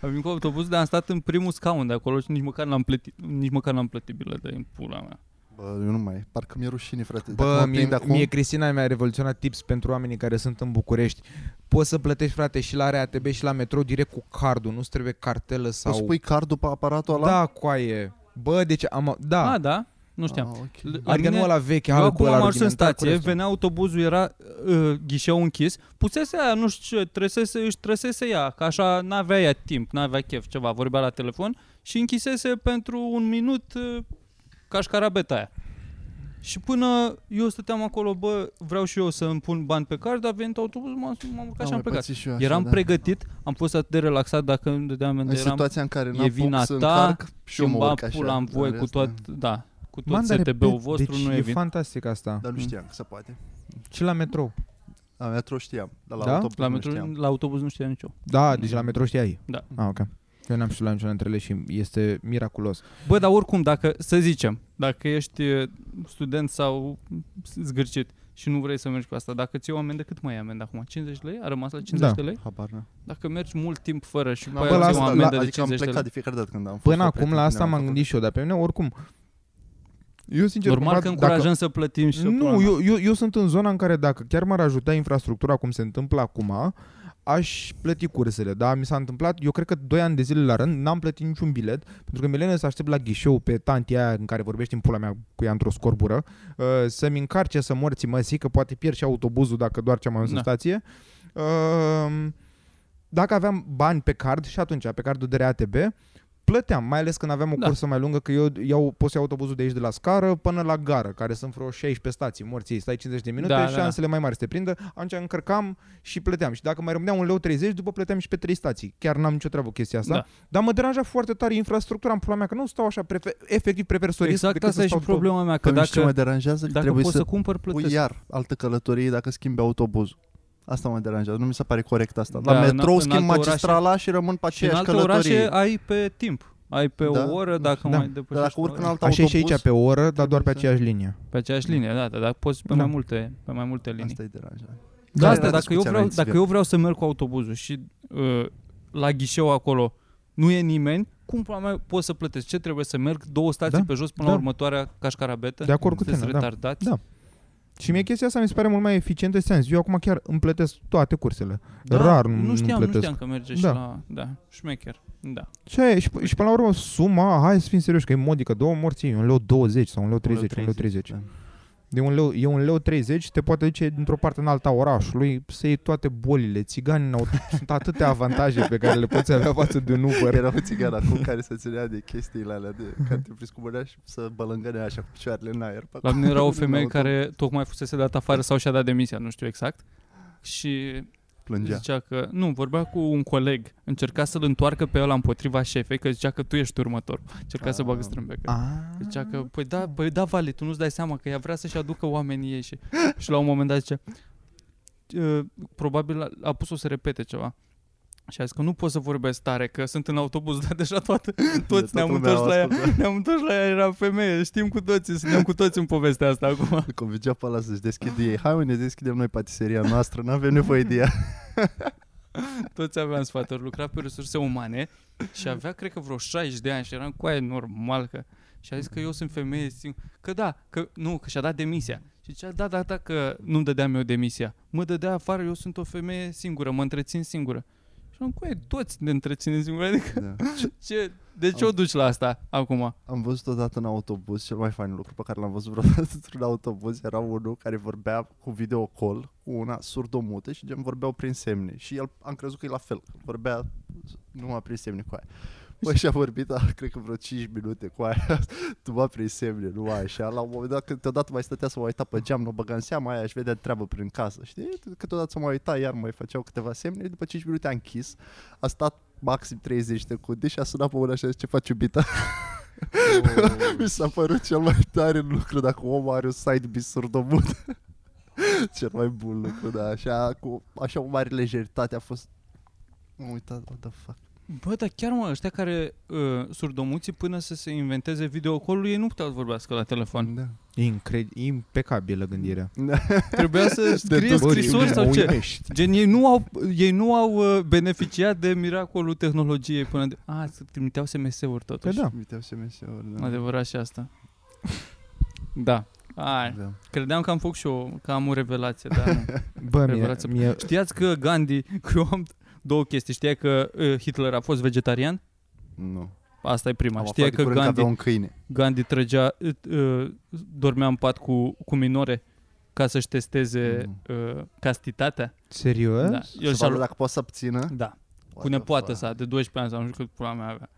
[SPEAKER 2] venit cu autobuzul, dar am stat în primul scaun de acolo și nici măcar n-am plătit, nici măcar n-am plătit biletă în pula mea.
[SPEAKER 5] Bă, eu nu mai, parcă mi-e rușine, frate. Dacă
[SPEAKER 4] Bă,
[SPEAKER 5] mă
[SPEAKER 4] mie,
[SPEAKER 5] prind acum,
[SPEAKER 4] mie Cristina mi-a revoluționat tips pentru oamenii care sunt în București. Poți să plătești, frate, și la RATB și la metrou direct cu cardul, nu trebuie cartelă sau...
[SPEAKER 5] Poți pui cardul pe aparatul ăla?
[SPEAKER 4] Da, coaie. Bă, deci am... Da,
[SPEAKER 2] A, da? Nu știam.
[SPEAKER 5] Ah, ok.
[SPEAKER 2] L- la
[SPEAKER 4] adică nu
[SPEAKER 2] mine-
[SPEAKER 4] ăla vechi,
[SPEAKER 2] Eu
[SPEAKER 4] al cu
[SPEAKER 2] acum
[SPEAKER 4] ăla
[SPEAKER 2] am ajuns în
[SPEAKER 5] da,
[SPEAKER 4] rudimentar, cu
[SPEAKER 2] stație,
[SPEAKER 4] restul.
[SPEAKER 2] venea autobuzul, era uh, ghișeu închis, pusese aia, nu știu ce, tresese, își tresese ea, că așa n-avea ea timp, n-avea chef ceva, vorbea la telefon și închisese pentru un minut uh, cașcarabeta aia. Și până eu stăteam acolo, bă, vreau și eu să îmi pun bani pe card, a venit autobuzul, m-am, m-am urcat
[SPEAKER 5] Am
[SPEAKER 2] și am
[SPEAKER 5] mai
[SPEAKER 2] plecat.
[SPEAKER 5] pățit și eu așa,
[SPEAKER 2] Eram
[SPEAKER 5] da.
[SPEAKER 2] pregătit, am fost atât de relaxat dacă îmi dădeam
[SPEAKER 5] În
[SPEAKER 2] amendă, eram
[SPEAKER 5] situația în care
[SPEAKER 2] e
[SPEAKER 5] n-am
[SPEAKER 2] vina
[SPEAKER 5] fux,
[SPEAKER 2] ta
[SPEAKER 5] încarc și
[SPEAKER 2] și
[SPEAKER 5] eu
[SPEAKER 2] îmi
[SPEAKER 5] mă
[SPEAKER 2] bag
[SPEAKER 5] urc așa.
[SPEAKER 2] pula în voi
[SPEAKER 5] Dar
[SPEAKER 2] cu
[SPEAKER 5] asta-
[SPEAKER 2] tot, da, cu tot
[SPEAKER 4] Man, dar
[SPEAKER 2] STB-ul
[SPEAKER 4] repet,
[SPEAKER 2] vostru
[SPEAKER 4] deci
[SPEAKER 2] nu
[SPEAKER 4] e
[SPEAKER 2] e vin.
[SPEAKER 4] fantastic asta.
[SPEAKER 5] Dar nu
[SPEAKER 2] Mm.
[SPEAKER 5] știam că se poate.
[SPEAKER 4] Și la metrou.
[SPEAKER 5] La metro știam, dar la
[SPEAKER 4] Da?
[SPEAKER 5] autobuz
[SPEAKER 2] La,
[SPEAKER 5] nu
[SPEAKER 2] metru,
[SPEAKER 5] știam.
[SPEAKER 2] la autobuz nu știa nicio.
[SPEAKER 4] Da, deci la metrou știai.
[SPEAKER 2] Mm. Da.
[SPEAKER 4] Ah, ok. Eu n-am știut la niciuna dintre ele și este miraculos.
[SPEAKER 2] Bă, dar oricum, dacă, să zicem, dacă ești e, student sau zgârcit și nu vrei să mergi cu asta, dacă ți o amendă, cât mai e amendă acum? 50 de lei? A rămas la 50
[SPEAKER 4] Da.
[SPEAKER 2] de lei?
[SPEAKER 5] Habar n-am.
[SPEAKER 2] Dacă mergi mult timp fără și după
[SPEAKER 4] bă, la
[SPEAKER 2] aia ți o
[SPEAKER 4] asta-
[SPEAKER 2] amendă
[SPEAKER 5] la,
[SPEAKER 2] de
[SPEAKER 5] adică am
[SPEAKER 2] 50 de
[SPEAKER 5] plecat de
[SPEAKER 2] lei.
[SPEAKER 5] fiecare dată când am fost.
[SPEAKER 4] Până acum la asta m-am gândit și eu, dar pe mine oricum... Eu sincer...
[SPEAKER 2] Normal că
[SPEAKER 4] cumva, dacă-
[SPEAKER 2] încurajăm să plătim și să
[SPEAKER 4] Nu,
[SPEAKER 2] pula mea.
[SPEAKER 4] eu, eu, eu sunt în zona în care dacă chiar m-ar ajuta infrastructura cum se întâmplă acum, aș plăti cursele, da? Mi s-a întâmplat, eu cred că 2 ani de zile la rând n-am plătit niciun bilet, pentru că Milena să aștept la ghișeu pe tantia aia în care vorbești în pula mea cu ea într-o scorbură, uh, să-mi încarce să morți măsii, că poate pierd și autobuzul dacă doar ce am ajuns în
[SPEAKER 2] Da.
[SPEAKER 4] stație. Uh, dacă aveam bani pe card și atunci, pe cardul de RATB, plăteam, mai ales când aveam o
[SPEAKER 2] Da.
[SPEAKER 4] da. cursă mai lungă, că eu iau, pot să iau autobuzul de aici de la scară până la gară, care sunt vreo 16 stații, morții, stai 50 de minute,
[SPEAKER 2] Da,
[SPEAKER 4] da,
[SPEAKER 2] da, da.
[SPEAKER 4] șansele da. mai mari să te prindă, atunci încărcam și plăteam. Și dacă mai rămânea un leu 30, după plăteam și pe 3 stații. Chiar n-am nicio treabă cu chestia asta.
[SPEAKER 2] Da.
[SPEAKER 4] Da. Dar mă deranja foarte tare infrastructura, am pula mea, că nu stau așa, prefer, efectiv prefer să risc
[SPEAKER 2] Exact
[SPEAKER 4] decât
[SPEAKER 2] asta
[SPEAKER 4] să
[SPEAKER 2] e și
[SPEAKER 4] stau tot-
[SPEAKER 2] problema mea, că
[SPEAKER 5] Că dacă, ce mă
[SPEAKER 2] dacă,
[SPEAKER 5] deranjează,
[SPEAKER 2] dacă
[SPEAKER 5] că păi, trebuie
[SPEAKER 2] poți să
[SPEAKER 5] să
[SPEAKER 2] cumpăr,
[SPEAKER 5] pui
[SPEAKER 2] plătesc.
[SPEAKER 5] iar altă călătorie dacă schimbi autobuzul. Asta mă deranjează, nu mi se pare corect asta.
[SPEAKER 2] Da,
[SPEAKER 5] La
[SPEAKER 2] în-
[SPEAKER 5] metrou
[SPEAKER 2] în
[SPEAKER 5] schimb
[SPEAKER 2] alte
[SPEAKER 5] magistrala și rămân pe
[SPEAKER 2] Și în
[SPEAKER 5] aceeași
[SPEAKER 2] alte
[SPEAKER 5] călătorie.
[SPEAKER 2] orașe ai pe timp. Ai pe
[SPEAKER 5] Da.
[SPEAKER 2] o oră dacă
[SPEAKER 4] Da.
[SPEAKER 2] mai
[SPEAKER 5] Dar
[SPEAKER 2] depășești.
[SPEAKER 5] dacă urc în
[SPEAKER 2] ora.
[SPEAKER 5] alt
[SPEAKER 4] Așa e
[SPEAKER 5] autobuz,
[SPEAKER 4] și aici pe o oră, dar doar pe
[SPEAKER 5] trebuie să-
[SPEAKER 4] aceeași linie.
[SPEAKER 2] Pe aceeași linie, da, da, dar poți pe
[SPEAKER 4] Da.
[SPEAKER 2] mai multe, pe mai multe linii.
[SPEAKER 5] asta e deranjant.
[SPEAKER 2] Da, asta,
[SPEAKER 5] era
[SPEAKER 2] dacă, eu
[SPEAKER 5] discuția
[SPEAKER 2] vreau,
[SPEAKER 5] la
[SPEAKER 2] dacă eu vreau să merg cu autobuzul și uh, la ghișeu acolo nu e nimeni, cum pula mea pot să plătesc? Ce trebuie să merg două stații
[SPEAKER 4] Da,
[SPEAKER 2] pe jos până
[SPEAKER 4] da.
[SPEAKER 2] la următoarea cașcarabetă?
[SPEAKER 4] De acord cu
[SPEAKER 2] Sunteți
[SPEAKER 4] tine, da.
[SPEAKER 2] retardați?
[SPEAKER 4] Da. Și mie chestia asta mi se pare mult mai eficientă în sens. Eu acum chiar îmi plătesc toate cursele. Da, Rar nu-
[SPEAKER 2] Da, nu
[SPEAKER 4] nu
[SPEAKER 2] știam, nu
[SPEAKER 4] plătesc.
[SPEAKER 2] știam că merge și
[SPEAKER 4] Da.
[SPEAKER 2] la... Da, șmecher. Da.
[SPEAKER 4] Și, aia e, și, p- și până la urmă suma, hai să fim serioși, că e modică, două morți, un leu 20 sau un leu 30, un leu 30.
[SPEAKER 5] da.
[SPEAKER 4] De un leu, e un leu 30, te poate duce dintr-o parte în alta a orașului să iei toate bolile. Țiganii au, sunt atâtea avantaje pe care le poți avea față de un Uber.
[SPEAKER 5] Era o țigană acum care se ținea de chestiile alea de care te prescumărea și să bălângănea așa cu picioarele în aer.
[SPEAKER 2] La mine era o
[SPEAKER 5] În
[SPEAKER 2] femeie
[SPEAKER 5] autobuz.
[SPEAKER 2] care tocmai fusese dat afară sau și-a dat demisia, nu știu exact. Și
[SPEAKER 5] Plângea.
[SPEAKER 2] Zicea că, nu, vorbea cu un coleg, încerca să-l întoarcă pe ăla împotriva șefei, că zicea că tu ești următor. Încerca să
[SPEAKER 5] Ah.
[SPEAKER 2] bagă strâmbecă.
[SPEAKER 4] Ah.
[SPEAKER 2] Zicea că, păi da, păi da, Vale, tu nu-ți dai seama că ea vrea să-și aducă oamenii ei și, și la un moment dat zicea, "E, probabil a, a pus-o să repete ceva. Și a zis că nu pot să vorbesc tare, că sunt în autobuz, dar deja toată,
[SPEAKER 5] toată
[SPEAKER 2] toți ne-am
[SPEAKER 5] lumea
[SPEAKER 2] întors
[SPEAKER 5] a
[SPEAKER 2] la ea,
[SPEAKER 5] ascultat.
[SPEAKER 2] ne-am întors la ea, era femeie, știm cu toții, suntem cu toți în povestea asta acum.
[SPEAKER 5] Îl convingea pe ăla să-și deschide ei. Hai, mă, ne deschidem noi patiseria noastră, n-avem nevoie de ea.
[SPEAKER 2] Toți aveam sfaturi, lucra pe resurse umane și avea, cred că, vreo 60 de ani și eram cu aia normal că... Și a zis că eu sunt femeie singură. Că da, că nu, că și-a dat demisia. Și zicea, da, da, da, că nu-mi dădeam eu demisia. Mă dădea afară, eu sunt o femeie singură, mă întrețin singură. Și am cu aia, toți ne întreținem singură. Adică,
[SPEAKER 5] Da.
[SPEAKER 2] ce, de ce o duci la asta acum?
[SPEAKER 5] Am văzut odată în autobuz, cel mai fain lucru pe care l-am văzut vreodată într-un autobuz, era unul care vorbea cu videocall cu una surdomută și gen vorbeau prin semne. Și el, am crezut că e la fel, că vorbea numai prin semne cu aia. Băi, și-a vorbit, a, cred că vreo 5 minute cu aia, numai prin semne, numai așa. La un moment dat, câteodată mai stătea să mă uita pe geam, nu o băga în seama aia și vedea treabă prin casă, știi? Câteodată să mă uita, iar mai făceau câteva semne, după 5 minute a închis, a stat maxim 30 de secunde și a sunat pe mână și a zis, ce faci iubita? Mi s-a părut cel mai tare lucru dacă omul are un side bis surdomut. cel mai bun lucru, da, așa, cu așa o mare lejeritate a fost... M-am uitat, what the fuck.
[SPEAKER 2] Bă, dar chiar mă, ăștia care uh, surdomuții până să se inventeze videocolul, ei nu puteau să vorbească la telefon.
[SPEAKER 5] Da.
[SPEAKER 4] Incredibil, impecabilă gândirea.
[SPEAKER 2] Trebuia
[SPEAKER 5] Deci,
[SPEAKER 2] să scrie
[SPEAKER 5] Deducții.
[SPEAKER 2] scrisori sau ce?
[SPEAKER 4] Uimești.
[SPEAKER 2] Gen, ei nu au, ei nu au uh, beneficiat de miracolul tehnologiei până de... A, să trimiteau SMS-uri
[SPEAKER 4] Păi
[SPEAKER 2] totuși.
[SPEAKER 4] da.
[SPEAKER 5] Trimiteau SMS-uri, da.
[SPEAKER 2] Adevărat și asta. Da. Ai,
[SPEAKER 5] Da.
[SPEAKER 2] credeam că am făcut și eu, că am o revelație, dar nu.
[SPEAKER 4] Bă, mie,
[SPEAKER 2] Revelație.
[SPEAKER 4] mie,
[SPEAKER 2] Știați că Gandhi, că eu am două chestii. Știai că uh, Hitler a fost vegetarian?
[SPEAKER 5] Nu.
[SPEAKER 2] Asta e prima.
[SPEAKER 5] Am
[SPEAKER 2] Știai
[SPEAKER 5] aflat
[SPEAKER 2] că
[SPEAKER 5] că curând
[SPEAKER 2] Gandhi,
[SPEAKER 5] că avea un câine.
[SPEAKER 2] Gandhi trăgea, uh, uh, dormea în pat cu, cu minore ca să-și testeze
[SPEAKER 5] Mm.
[SPEAKER 2] uh, castitatea. Da.
[SPEAKER 4] serios?
[SPEAKER 5] El
[SPEAKER 2] El
[SPEAKER 5] și-a
[SPEAKER 2] și-a
[SPEAKER 5] luat
[SPEAKER 2] luat...
[SPEAKER 5] dacă poate să abțină.
[SPEAKER 2] Da.
[SPEAKER 5] What
[SPEAKER 2] cu
[SPEAKER 5] the
[SPEAKER 2] nepoată
[SPEAKER 5] fuck.
[SPEAKER 2] sa, de 12 ani sau nu știu cât pula mea avea.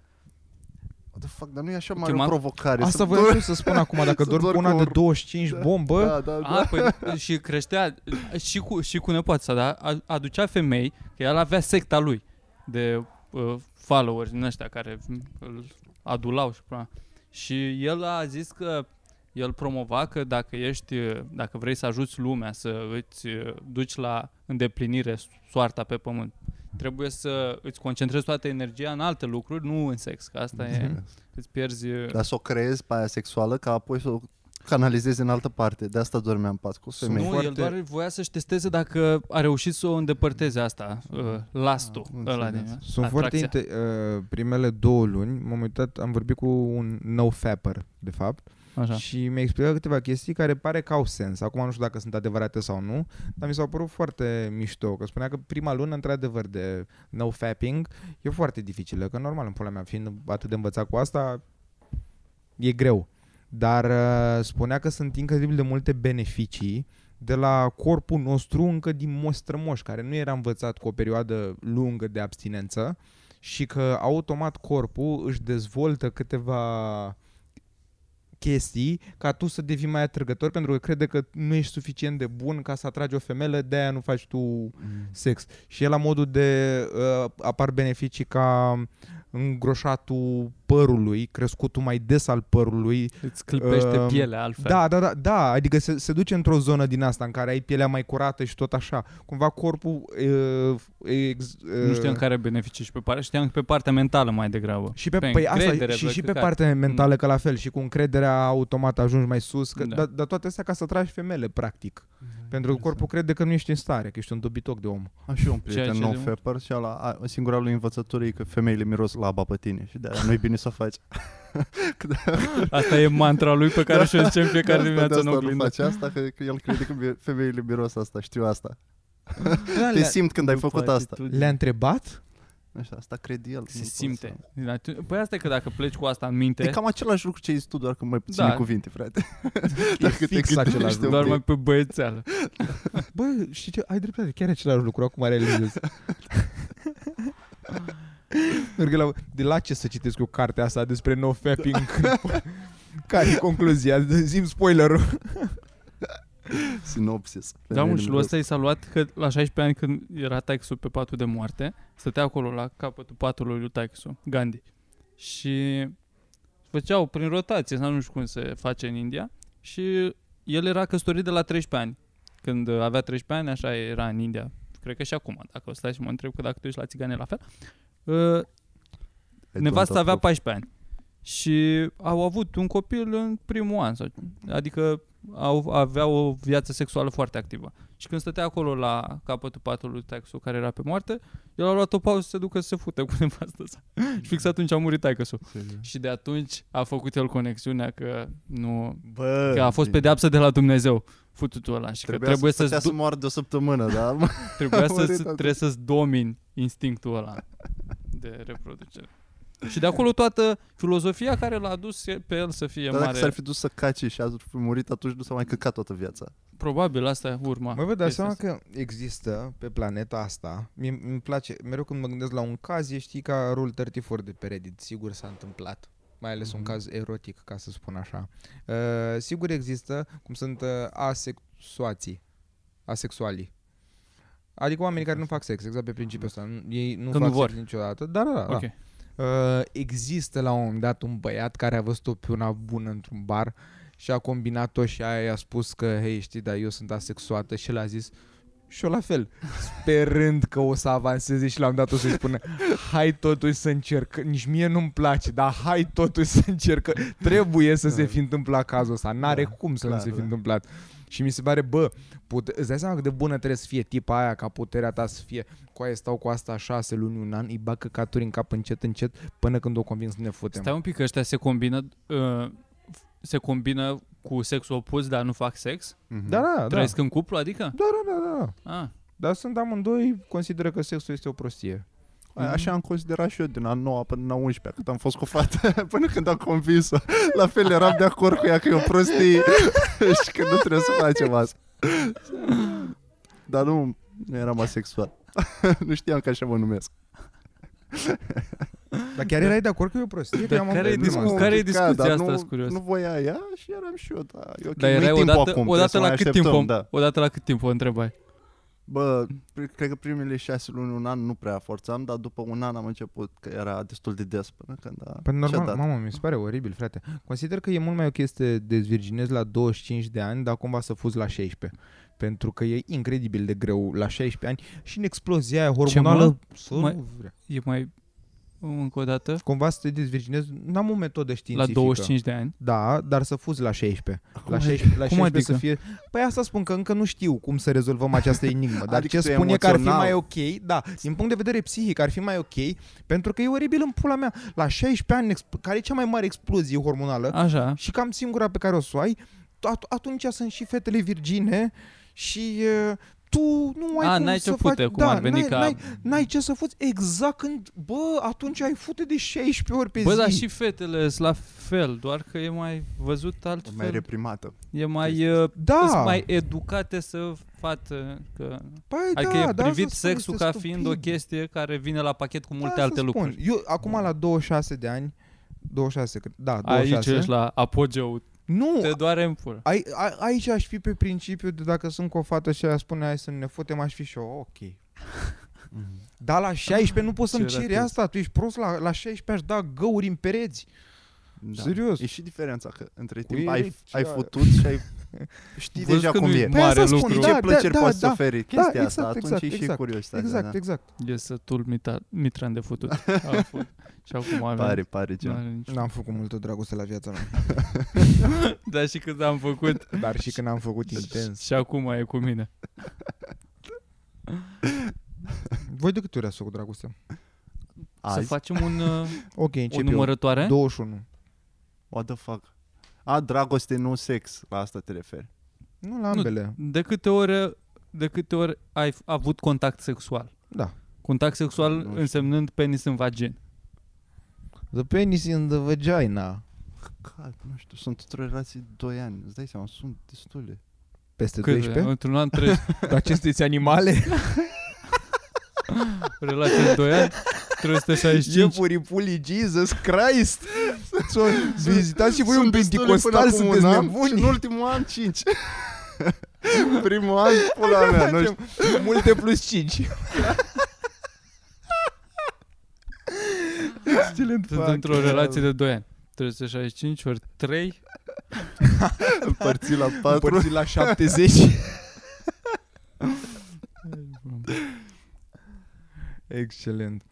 [SPEAKER 5] What the fuck, dar nu e așa mare o
[SPEAKER 2] Chemat-
[SPEAKER 5] provocare.
[SPEAKER 4] Asta
[SPEAKER 5] să-
[SPEAKER 4] voiam și eu să spun acum, dacă
[SPEAKER 5] Să
[SPEAKER 4] dormi
[SPEAKER 5] dorm
[SPEAKER 4] cu una
[SPEAKER 5] cu
[SPEAKER 4] de
[SPEAKER 5] or-
[SPEAKER 4] 25 bombă,
[SPEAKER 5] Da, da, da.
[SPEAKER 2] A, păi, și creștea uh, și cu, și cu nepoată sa, dar a- aducea femei, că el avea secta lui de uh, followers din ăștia care îl adulau și pula mea. Și el a zis că el promova că dacă ești, uh, dacă vrei să ajuți lumea să îți uh, duci la îndeplinire soarta pe pământ, trebuie să îți concentrezi toată energia în alte lucruri, nu în sex, că asta
[SPEAKER 4] Mhm.
[SPEAKER 2] e, îți pierzi uh,
[SPEAKER 4] Da,
[SPEAKER 5] Dar să o creezi pe aia sexuală ca apoi să o canalizezi în altă parte. De asta dormeam în pat cu
[SPEAKER 4] Sunt
[SPEAKER 5] femei.
[SPEAKER 2] Nu,
[SPEAKER 4] foarte-
[SPEAKER 2] el doar voia să-și testeze dacă a reușit să o îndepărteze asta, uh, lastul
[SPEAKER 5] Ah,
[SPEAKER 2] ăla
[SPEAKER 5] înțeles.
[SPEAKER 2] din
[SPEAKER 4] Sunt foarte
[SPEAKER 2] atracția.
[SPEAKER 4] inte- uh, primele două luni m-am uitat, am vorbit cu un no fapper, de fapt,
[SPEAKER 2] Așa.
[SPEAKER 4] și mi-a explicat câteva chestii care pare că au sens. Acum nu știu dacă sunt adevărate sau nu, dar mi s-au părut foarte mișto, că spunea că prima lună, într-adevăr, de no fapping e foarte dificilă, că normal, în pula mea, fiind atât de învățat cu asta, e greu. Dar uh, spunea că sunt incredibil de multe beneficii de la corpul nostru încă din mostrămoș, care nu era învățat cu o perioadă lungă de abstinență și că automat corpul își dezvoltă câteva chestii ca tu să devii mai atrăgător pentru că crede că nu ești suficient de bun ca să atragi o femelă, de aia nu faci tu sex. Și e la modul de uh, apar beneficii ca îngroșatul părului, crescutul mai des al părului.
[SPEAKER 2] Îți clipește
[SPEAKER 4] Um,
[SPEAKER 2] pielea altfel.
[SPEAKER 4] Da, da, da, da, adică se, se duce într-o zonă din asta în care ai pielea mai curată și tot așa. Cumva corpul uh, ex, uh,
[SPEAKER 2] Nu știam care beneficii și pe partea, știam pe partea mentală mai degrabă.
[SPEAKER 4] și pe,
[SPEAKER 2] Pe
[SPEAKER 4] păi asta,
[SPEAKER 2] încredere,
[SPEAKER 4] și,
[SPEAKER 2] pe
[SPEAKER 4] și pe
[SPEAKER 2] căcat.
[SPEAKER 4] partea mentală că la fel și cu încrederea automat ajungi mai sus, că,
[SPEAKER 2] Da.
[SPEAKER 4] da. dar toate astea ca să tragi femele practic. Pentru că corpul crede că nu ești în stare, că ești un dobitoc de om.
[SPEAKER 5] Am și eu un
[SPEAKER 2] Ceea
[SPEAKER 5] prieten
[SPEAKER 2] ce
[SPEAKER 5] nou
[SPEAKER 2] de-
[SPEAKER 5] fepper și ala, a, singura lui învățătură e că femeile miros laba pe tine și de-aia nu-i bine să faci.
[SPEAKER 2] Asta e mantra lui pe care și-o zice în fiecare
[SPEAKER 5] De
[SPEAKER 2] dimineață
[SPEAKER 5] asta- de
[SPEAKER 2] în
[SPEAKER 5] Da, asta nu
[SPEAKER 2] oglindă.
[SPEAKER 5] face asta, că, că el crede că femeile miros asta, știu asta.
[SPEAKER 4] Da,
[SPEAKER 5] Te
[SPEAKER 4] le-a,
[SPEAKER 5] simt când ai făcut asta.
[SPEAKER 4] le-a întrebat?
[SPEAKER 5] Așa, asta cred el. nu
[SPEAKER 2] Se
[SPEAKER 5] pot
[SPEAKER 2] simte.
[SPEAKER 5] să-
[SPEAKER 2] Din atu- Păi asta e că dacă pleci cu asta în minte,
[SPEAKER 5] E cam același lucru ce ai zis tu, doar că mai puține
[SPEAKER 2] Da.
[SPEAKER 5] cuvinte, frate. Dacă te
[SPEAKER 4] fix
[SPEAKER 5] gândești
[SPEAKER 4] același
[SPEAKER 5] un
[SPEAKER 4] lucru.
[SPEAKER 2] doar
[SPEAKER 5] pic.
[SPEAKER 2] mai pe băiețeală.
[SPEAKER 4] Bă, știi ce? Ai dreptate, chiar e același lucru, acum realizez. Pentru că la, de la ce să citesc eu cartea asta despre no fapping? Care e concluzia? Zim spoilerul.
[SPEAKER 5] Sinopsis.
[SPEAKER 2] Da, mă, și lui ăsta i s-a luat că la 16 ani când era taixul pe patul de moarte, stătea acolo la capătul patului lui taixul, Gandhi. Și făceau prin rotație, sau nu știu cum se face în India, și el era căsătorit de la 13 ani. Când uh, avea 13 ani, așa era în India. Cred că și acum, dacă o stai și mă întreb că dacă tu ești la țigane e la fel. Uh, Nevasta avea 14 ani și au avut un copil în primul an, sau- adică au, aveau o viață sexuală foarte activă. Și când stătea acolo la capătul patului taixul care era pe moarte, el a luat o pauză să se ducă să se fute cu nevastă sa. și fix atunci a murit taicăsul. Și de atunci a făcut el conexiunea că nu...
[SPEAKER 5] Bă,
[SPEAKER 2] Că a fost pedeapsă de la Dumnezeu, fututul ăla. Și că
[SPEAKER 5] Da, Trebuia
[SPEAKER 2] trebuie
[SPEAKER 5] să,
[SPEAKER 2] să-ți,
[SPEAKER 5] să
[SPEAKER 2] du-
[SPEAKER 5] moară de o săptămână, da?
[SPEAKER 2] Trebuia să
[SPEAKER 5] murit
[SPEAKER 2] trebuie să-ți domini instinctul ăla de reproducere. Și de acolo toată filozofia care l-a adus pe el să
[SPEAKER 4] Da,
[SPEAKER 2] fie
[SPEAKER 5] Dar dacă
[SPEAKER 2] mare.
[SPEAKER 5] s-ar fi dus să cace și a fi murit, atunci nu s-a mai căcat toată viața.
[SPEAKER 2] Probabil asta e urma.
[SPEAKER 4] Mă văd, dar
[SPEAKER 2] chestia
[SPEAKER 4] seama
[SPEAKER 2] asta.
[SPEAKER 4] că există pe planeta asta, mie îmi place, mereu când mă gândesc la un caz, e știi ca Rule 34 de pe Reddit, sigur s-a întâmplat. Mai ales un
[SPEAKER 5] Mhm.
[SPEAKER 4] caz erotic, ca să spun așa. Uh, sigur există, cum sunt uh, asexuații, asexualii. Adică oamenii care nu fac sex, exact pe principiul ăsta. Nu- Ei nu
[SPEAKER 2] Că nu
[SPEAKER 4] fac
[SPEAKER 2] vor.
[SPEAKER 4] sex niciodată. Da, da, da. da.
[SPEAKER 2] Ok.
[SPEAKER 4] Uh, există la un moment dat un băiat care a văzut-o pe una bună într-un bar și a combinat-o și aia i-a spus că, hei, știi, dar eu sunt asexuată și el a zis și eu la fel, sperând că o să avanseze și la un moment dat o să-i spună hai totuși să încerc, nici mie nu-mi place, dar hai totuși să încerc, trebuie să se fi întâmplat cazul ăsta, n-are
[SPEAKER 5] Da,
[SPEAKER 4] cum să
[SPEAKER 5] clar,
[SPEAKER 4] nu se fi
[SPEAKER 5] da.
[SPEAKER 4] întâmplat. Și mi se pare, bă, pute- îți dai seama cât de bună trebuie să fie tipa aia, ca puterea ta să fie cu aia stau cu asta șase luni, un an, îi bag căcaturi în cap încet, încet, până când o convins să ne futem.
[SPEAKER 2] Stai un pic, că ăștia se combină uh, se combină cu sexul opus, dar nu fac sex?
[SPEAKER 5] Mhm.
[SPEAKER 4] Da, da, da.
[SPEAKER 2] Trăiesc în cuplu, adică?
[SPEAKER 4] Da, da, da, da.
[SPEAKER 2] Ah,
[SPEAKER 4] Dar sunt amândoi, consideră că sexul este o prostie. Mhm.
[SPEAKER 5] A- Așa am considerat și eu din a 9 până la 11 cât am fost cu fata, până când am convins-o. La fel eram de acord cu ea că e o prostie și că nu trebuie să facem asta. Dar nu, nu eram asexual. nu știam că așa mă numesc.
[SPEAKER 4] Dar chiar erai de acord că e o prostie?
[SPEAKER 2] Dar
[SPEAKER 4] Eu am
[SPEAKER 2] care e
[SPEAKER 4] avut
[SPEAKER 2] discu-
[SPEAKER 4] problema asta.
[SPEAKER 2] care- e
[SPEAKER 5] Complicat,
[SPEAKER 2] discuția
[SPEAKER 5] Da, dar
[SPEAKER 2] asta,
[SPEAKER 5] nu,
[SPEAKER 2] sunt curios?
[SPEAKER 5] Nu voia ea și eram și eu, da. E okay.
[SPEAKER 2] dar
[SPEAKER 5] Nu-i
[SPEAKER 2] erai
[SPEAKER 5] timpul
[SPEAKER 2] odată,
[SPEAKER 5] acum, trebuie
[SPEAKER 2] odată
[SPEAKER 5] să
[SPEAKER 2] la
[SPEAKER 5] mai
[SPEAKER 2] cât
[SPEAKER 5] așteptăm,
[SPEAKER 2] timp,
[SPEAKER 5] Da.
[SPEAKER 2] odată la cât timp o întrebai?
[SPEAKER 5] Bă, pre- cred că primele șase luni, un an nu prea forțam, dar după un an am început, că era destul de des până când a...
[SPEAKER 4] Păi
[SPEAKER 5] și-a
[SPEAKER 4] normal,
[SPEAKER 5] dat.
[SPEAKER 4] mamă, mi se pare oribil, frate. Consider că e mult mai ok să te dezvirginezi la 25 de ani, dar cumva să fuzi la 16. Pentru că e incredibil de greu la 16 ani și în explozia aia hormonală... să
[SPEAKER 2] Mai-
[SPEAKER 4] nu vrea.
[SPEAKER 2] E mai încă o dată
[SPEAKER 4] Cumva să te dezvirginezi, n-am o metodă
[SPEAKER 2] la
[SPEAKER 4] științifică.
[SPEAKER 2] 25 de ani.
[SPEAKER 4] Da, dar să fuzi la 16. la
[SPEAKER 2] adi-
[SPEAKER 4] 16, la
[SPEAKER 2] cum
[SPEAKER 4] 16 adică?
[SPEAKER 2] adică?
[SPEAKER 4] să fie... Păi asta spun că încă nu știu cum să rezolvăm această enigmă, dar
[SPEAKER 5] Adică
[SPEAKER 4] adică
[SPEAKER 5] tu
[SPEAKER 4] ce spune că ar fi
[SPEAKER 5] emoțional.
[SPEAKER 4] mai ok, da, din punct de vedere psihic ar fi mai ok, pentru că e oribil în pula mea. La 16 ani, exp- care e cea mai mare explozie hormonală
[SPEAKER 2] Așa.
[SPEAKER 4] și cam singura pe care o să o ai, at- atunci sunt și fetele virgine și... uh, tu nu ai
[SPEAKER 2] A,
[SPEAKER 4] Păi cum
[SPEAKER 2] n-ai
[SPEAKER 4] să
[SPEAKER 2] ce fute,
[SPEAKER 4] faci,
[SPEAKER 2] cum
[SPEAKER 4] da,
[SPEAKER 2] ar veni
[SPEAKER 4] n-ai,
[SPEAKER 2] ca-
[SPEAKER 4] n-ai, n-ai, ce să fuți exact când, bă, atunci ai fute de 16 ori pe
[SPEAKER 2] Bă,
[SPEAKER 4] zi.
[SPEAKER 2] dar și fetele sunt la fel, doar că e mai văzut altfel.
[SPEAKER 5] Mai reprimată.
[SPEAKER 2] e mai, uh,
[SPEAKER 4] Da.
[SPEAKER 2] sunt mai educate să facă. Că...
[SPEAKER 4] Păi
[SPEAKER 2] adică
[SPEAKER 4] da,
[SPEAKER 2] e
[SPEAKER 4] da,
[SPEAKER 2] privit
[SPEAKER 4] să spun,
[SPEAKER 2] sexul
[SPEAKER 4] este
[SPEAKER 2] ca fiind o
[SPEAKER 4] stupid.
[SPEAKER 2] chestie care vine la pachet cu multe
[SPEAKER 4] Da,
[SPEAKER 2] alte
[SPEAKER 4] să spun.
[SPEAKER 2] lucruri.
[SPEAKER 4] Eu acum la 26 de ani, 26, cred, da, 26.
[SPEAKER 2] Aici ești la apogeu,
[SPEAKER 4] Nu,
[SPEAKER 2] te doare în pur.
[SPEAKER 4] ai, a, aici aș fi pe principiu de dacă sunt cu o fată și ea spune hai să ne futem, aș fi și eu, ok. Dar la 16 nu poți să-mi
[SPEAKER 2] Ce
[SPEAKER 4] ceri
[SPEAKER 2] ratez.
[SPEAKER 4] asta, tu ești prost, la, la 16 aș da găuri în pereți.
[SPEAKER 5] Da.
[SPEAKER 4] Serios.
[SPEAKER 5] E și diferența că între
[SPEAKER 4] Cu
[SPEAKER 5] timp
[SPEAKER 4] ei,
[SPEAKER 5] ai,
[SPEAKER 4] ce
[SPEAKER 5] ai
[SPEAKER 4] are?
[SPEAKER 5] futut și ai Știi
[SPEAKER 2] Văzut
[SPEAKER 5] deja
[SPEAKER 2] că
[SPEAKER 5] cum
[SPEAKER 2] nu-i
[SPEAKER 5] e.
[SPEAKER 2] mare
[SPEAKER 4] Păi asta
[SPEAKER 2] lucru.
[SPEAKER 5] Știi
[SPEAKER 4] Da,
[SPEAKER 5] ce
[SPEAKER 4] da,
[SPEAKER 5] plăceri
[SPEAKER 4] da,
[SPEAKER 5] poți să
[SPEAKER 4] da.
[SPEAKER 5] oferi chestia asta, atunci e și curiozitatea.
[SPEAKER 4] Exact,
[SPEAKER 5] da.
[SPEAKER 4] exact.
[SPEAKER 2] E sătul mita, mitran de fătut. A fost. Și acum avem...
[SPEAKER 5] Pare, pare
[SPEAKER 2] Nu
[SPEAKER 5] ceva.
[SPEAKER 2] are nicio-
[SPEAKER 4] N-am făcut multă dragoste la viața mea.
[SPEAKER 2] Dar și cât am făcut
[SPEAKER 4] Dar și când am făcut intens.
[SPEAKER 2] și acum e cu mine.
[SPEAKER 4] Voi de câte ori ați făcut dragoste?
[SPEAKER 2] Să
[SPEAKER 5] Azi?
[SPEAKER 2] facem un, uh,
[SPEAKER 4] Ok,
[SPEAKER 2] o
[SPEAKER 4] încep eu.
[SPEAKER 2] numărătoare?
[SPEAKER 4] 21.
[SPEAKER 5] What the fuck? A, dragoste, nu sex. La asta te referi.
[SPEAKER 4] Nu, la ambele.
[SPEAKER 2] De câte ori, de câte ori ai f- avut contact sexual?
[SPEAKER 4] Da.
[SPEAKER 2] Contact sexual
[SPEAKER 5] Nu știu.
[SPEAKER 2] însemnând penis în vagin.
[SPEAKER 4] The penis in the vagina.
[SPEAKER 5] God, nu știu, sunt într-o relație 2 ani. Îți dai seama, sunt destule.
[SPEAKER 4] Peste
[SPEAKER 2] Cât?
[SPEAKER 4] 12?
[SPEAKER 2] Într-un an trei
[SPEAKER 4] Dar ce sunteți animale?
[SPEAKER 2] relații de 2 ani, 365.
[SPEAKER 4] puripulii, Jesus Christ! Sunt- Vizitați și voi un
[SPEAKER 5] Sunt destule până
[SPEAKER 4] pentecostal,
[SPEAKER 5] acum
[SPEAKER 4] sunteți
[SPEAKER 5] un an și În
[SPEAKER 4] nebuni!
[SPEAKER 5] ultimul an, 5. Primul an, pula mea, nu știu.
[SPEAKER 4] Multe plus 5. Excelent
[SPEAKER 2] Sunt într-o relație de 2 ani. 365 ori 3,
[SPEAKER 5] Împărțit la 4.
[SPEAKER 4] Împărțit la 70. Excelent.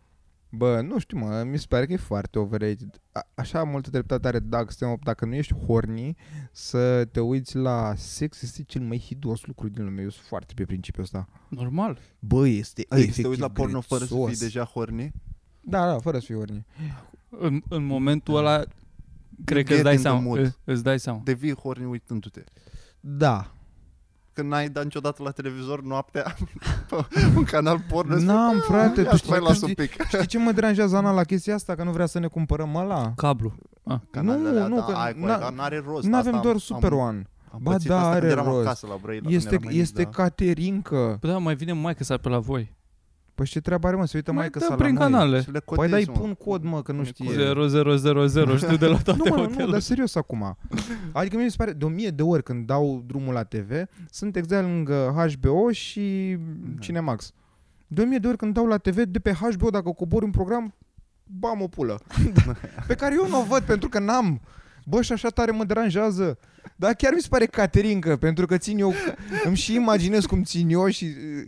[SPEAKER 4] Bă, nu știu, mă, mi se pare că e foarte overrated. A- așa multă dreptate are Doug Stanhope, dacă nu ești horny, să te uiți la sex este cel mai hidos lucru din lume. Eu sunt foarte pe principiul ăsta.
[SPEAKER 2] normal.
[SPEAKER 4] Bă, este
[SPEAKER 5] Adică să te uiți la porno fără să fii deja horny?
[SPEAKER 4] Da, da, fără să fii horny.
[SPEAKER 2] În, în momentul ăla, cred că
[SPEAKER 5] Da.
[SPEAKER 2] îți
[SPEAKER 5] Get
[SPEAKER 2] dai
[SPEAKER 5] in the
[SPEAKER 2] seama.
[SPEAKER 5] mood.
[SPEAKER 2] Î- Îți dai seama.
[SPEAKER 5] Devii horny uitându-te.
[SPEAKER 4] Da.
[SPEAKER 5] Că n-ai dat niciodată la televizor noaptea pe un canal porno.
[SPEAKER 4] N-am, frate, tu
[SPEAKER 5] Ia Da, mai
[SPEAKER 4] știi,
[SPEAKER 5] las
[SPEAKER 4] tu
[SPEAKER 5] un
[SPEAKER 4] știi,
[SPEAKER 5] pic.
[SPEAKER 4] știi ce mă deranjează Ana la chestia asta? Că nu vrea să ne cumpărăm ăla?
[SPEAKER 2] Cablu.
[SPEAKER 5] Canalele alea,
[SPEAKER 4] nu,
[SPEAKER 5] da,
[SPEAKER 4] că
[SPEAKER 5] ai cu
[SPEAKER 4] n-
[SPEAKER 5] aia, dar n-are rost.
[SPEAKER 4] Nu
[SPEAKER 5] Asta
[SPEAKER 4] avem
[SPEAKER 5] am-
[SPEAKER 4] doar
[SPEAKER 5] am-
[SPEAKER 4] Super One.
[SPEAKER 5] Am
[SPEAKER 4] Ba
[SPEAKER 5] pățit
[SPEAKER 4] da,
[SPEAKER 5] asta
[SPEAKER 4] are
[SPEAKER 5] când eram
[SPEAKER 4] rost.
[SPEAKER 5] acasă la Brăila. când
[SPEAKER 4] Este,
[SPEAKER 5] eram mai mic,
[SPEAKER 4] este
[SPEAKER 5] da.
[SPEAKER 4] caterincă.
[SPEAKER 2] Păi da, mai vine maică sa pe la voi.
[SPEAKER 4] Păi ce treabă are, mă, se uită mai că
[SPEAKER 2] dă
[SPEAKER 4] la
[SPEAKER 2] prin
[SPEAKER 4] noi.
[SPEAKER 2] canale.
[SPEAKER 5] Și le
[SPEAKER 4] Păi
[SPEAKER 5] cotezi,
[SPEAKER 4] dai
[SPEAKER 5] mă.
[SPEAKER 4] pun cod, mă, că nu
[SPEAKER 5] Pune
[SPEAKER 4] știi.
[SPEAKER 5] cod.
[SPEAKER 2] 0000, știu de la toate
[SPEAKER 4] nu, mă, nu, dar
[SPEAKER 2] hotelurile.
[SPEAKER 4] serios acum. Adică mie mi se pare, de o mie de ori când dau drumul la TV, sunt exact lângă HBO și
[SPEAKER 2] Da.
[SPEAKER 4] Cinemax. De o mie de ori când dau la TV, de pe HBO, dacă cobor un program, bam o pulă.
[SPEAKER 2] Da.
[SPEAKER 4] pe care eu nu o văd, pentru că n-am. Bă, și așa tare mă deranjează. Dar chiar mi se pare caterincă, pentru că țin eu, îmi și imaginez cum țin eu și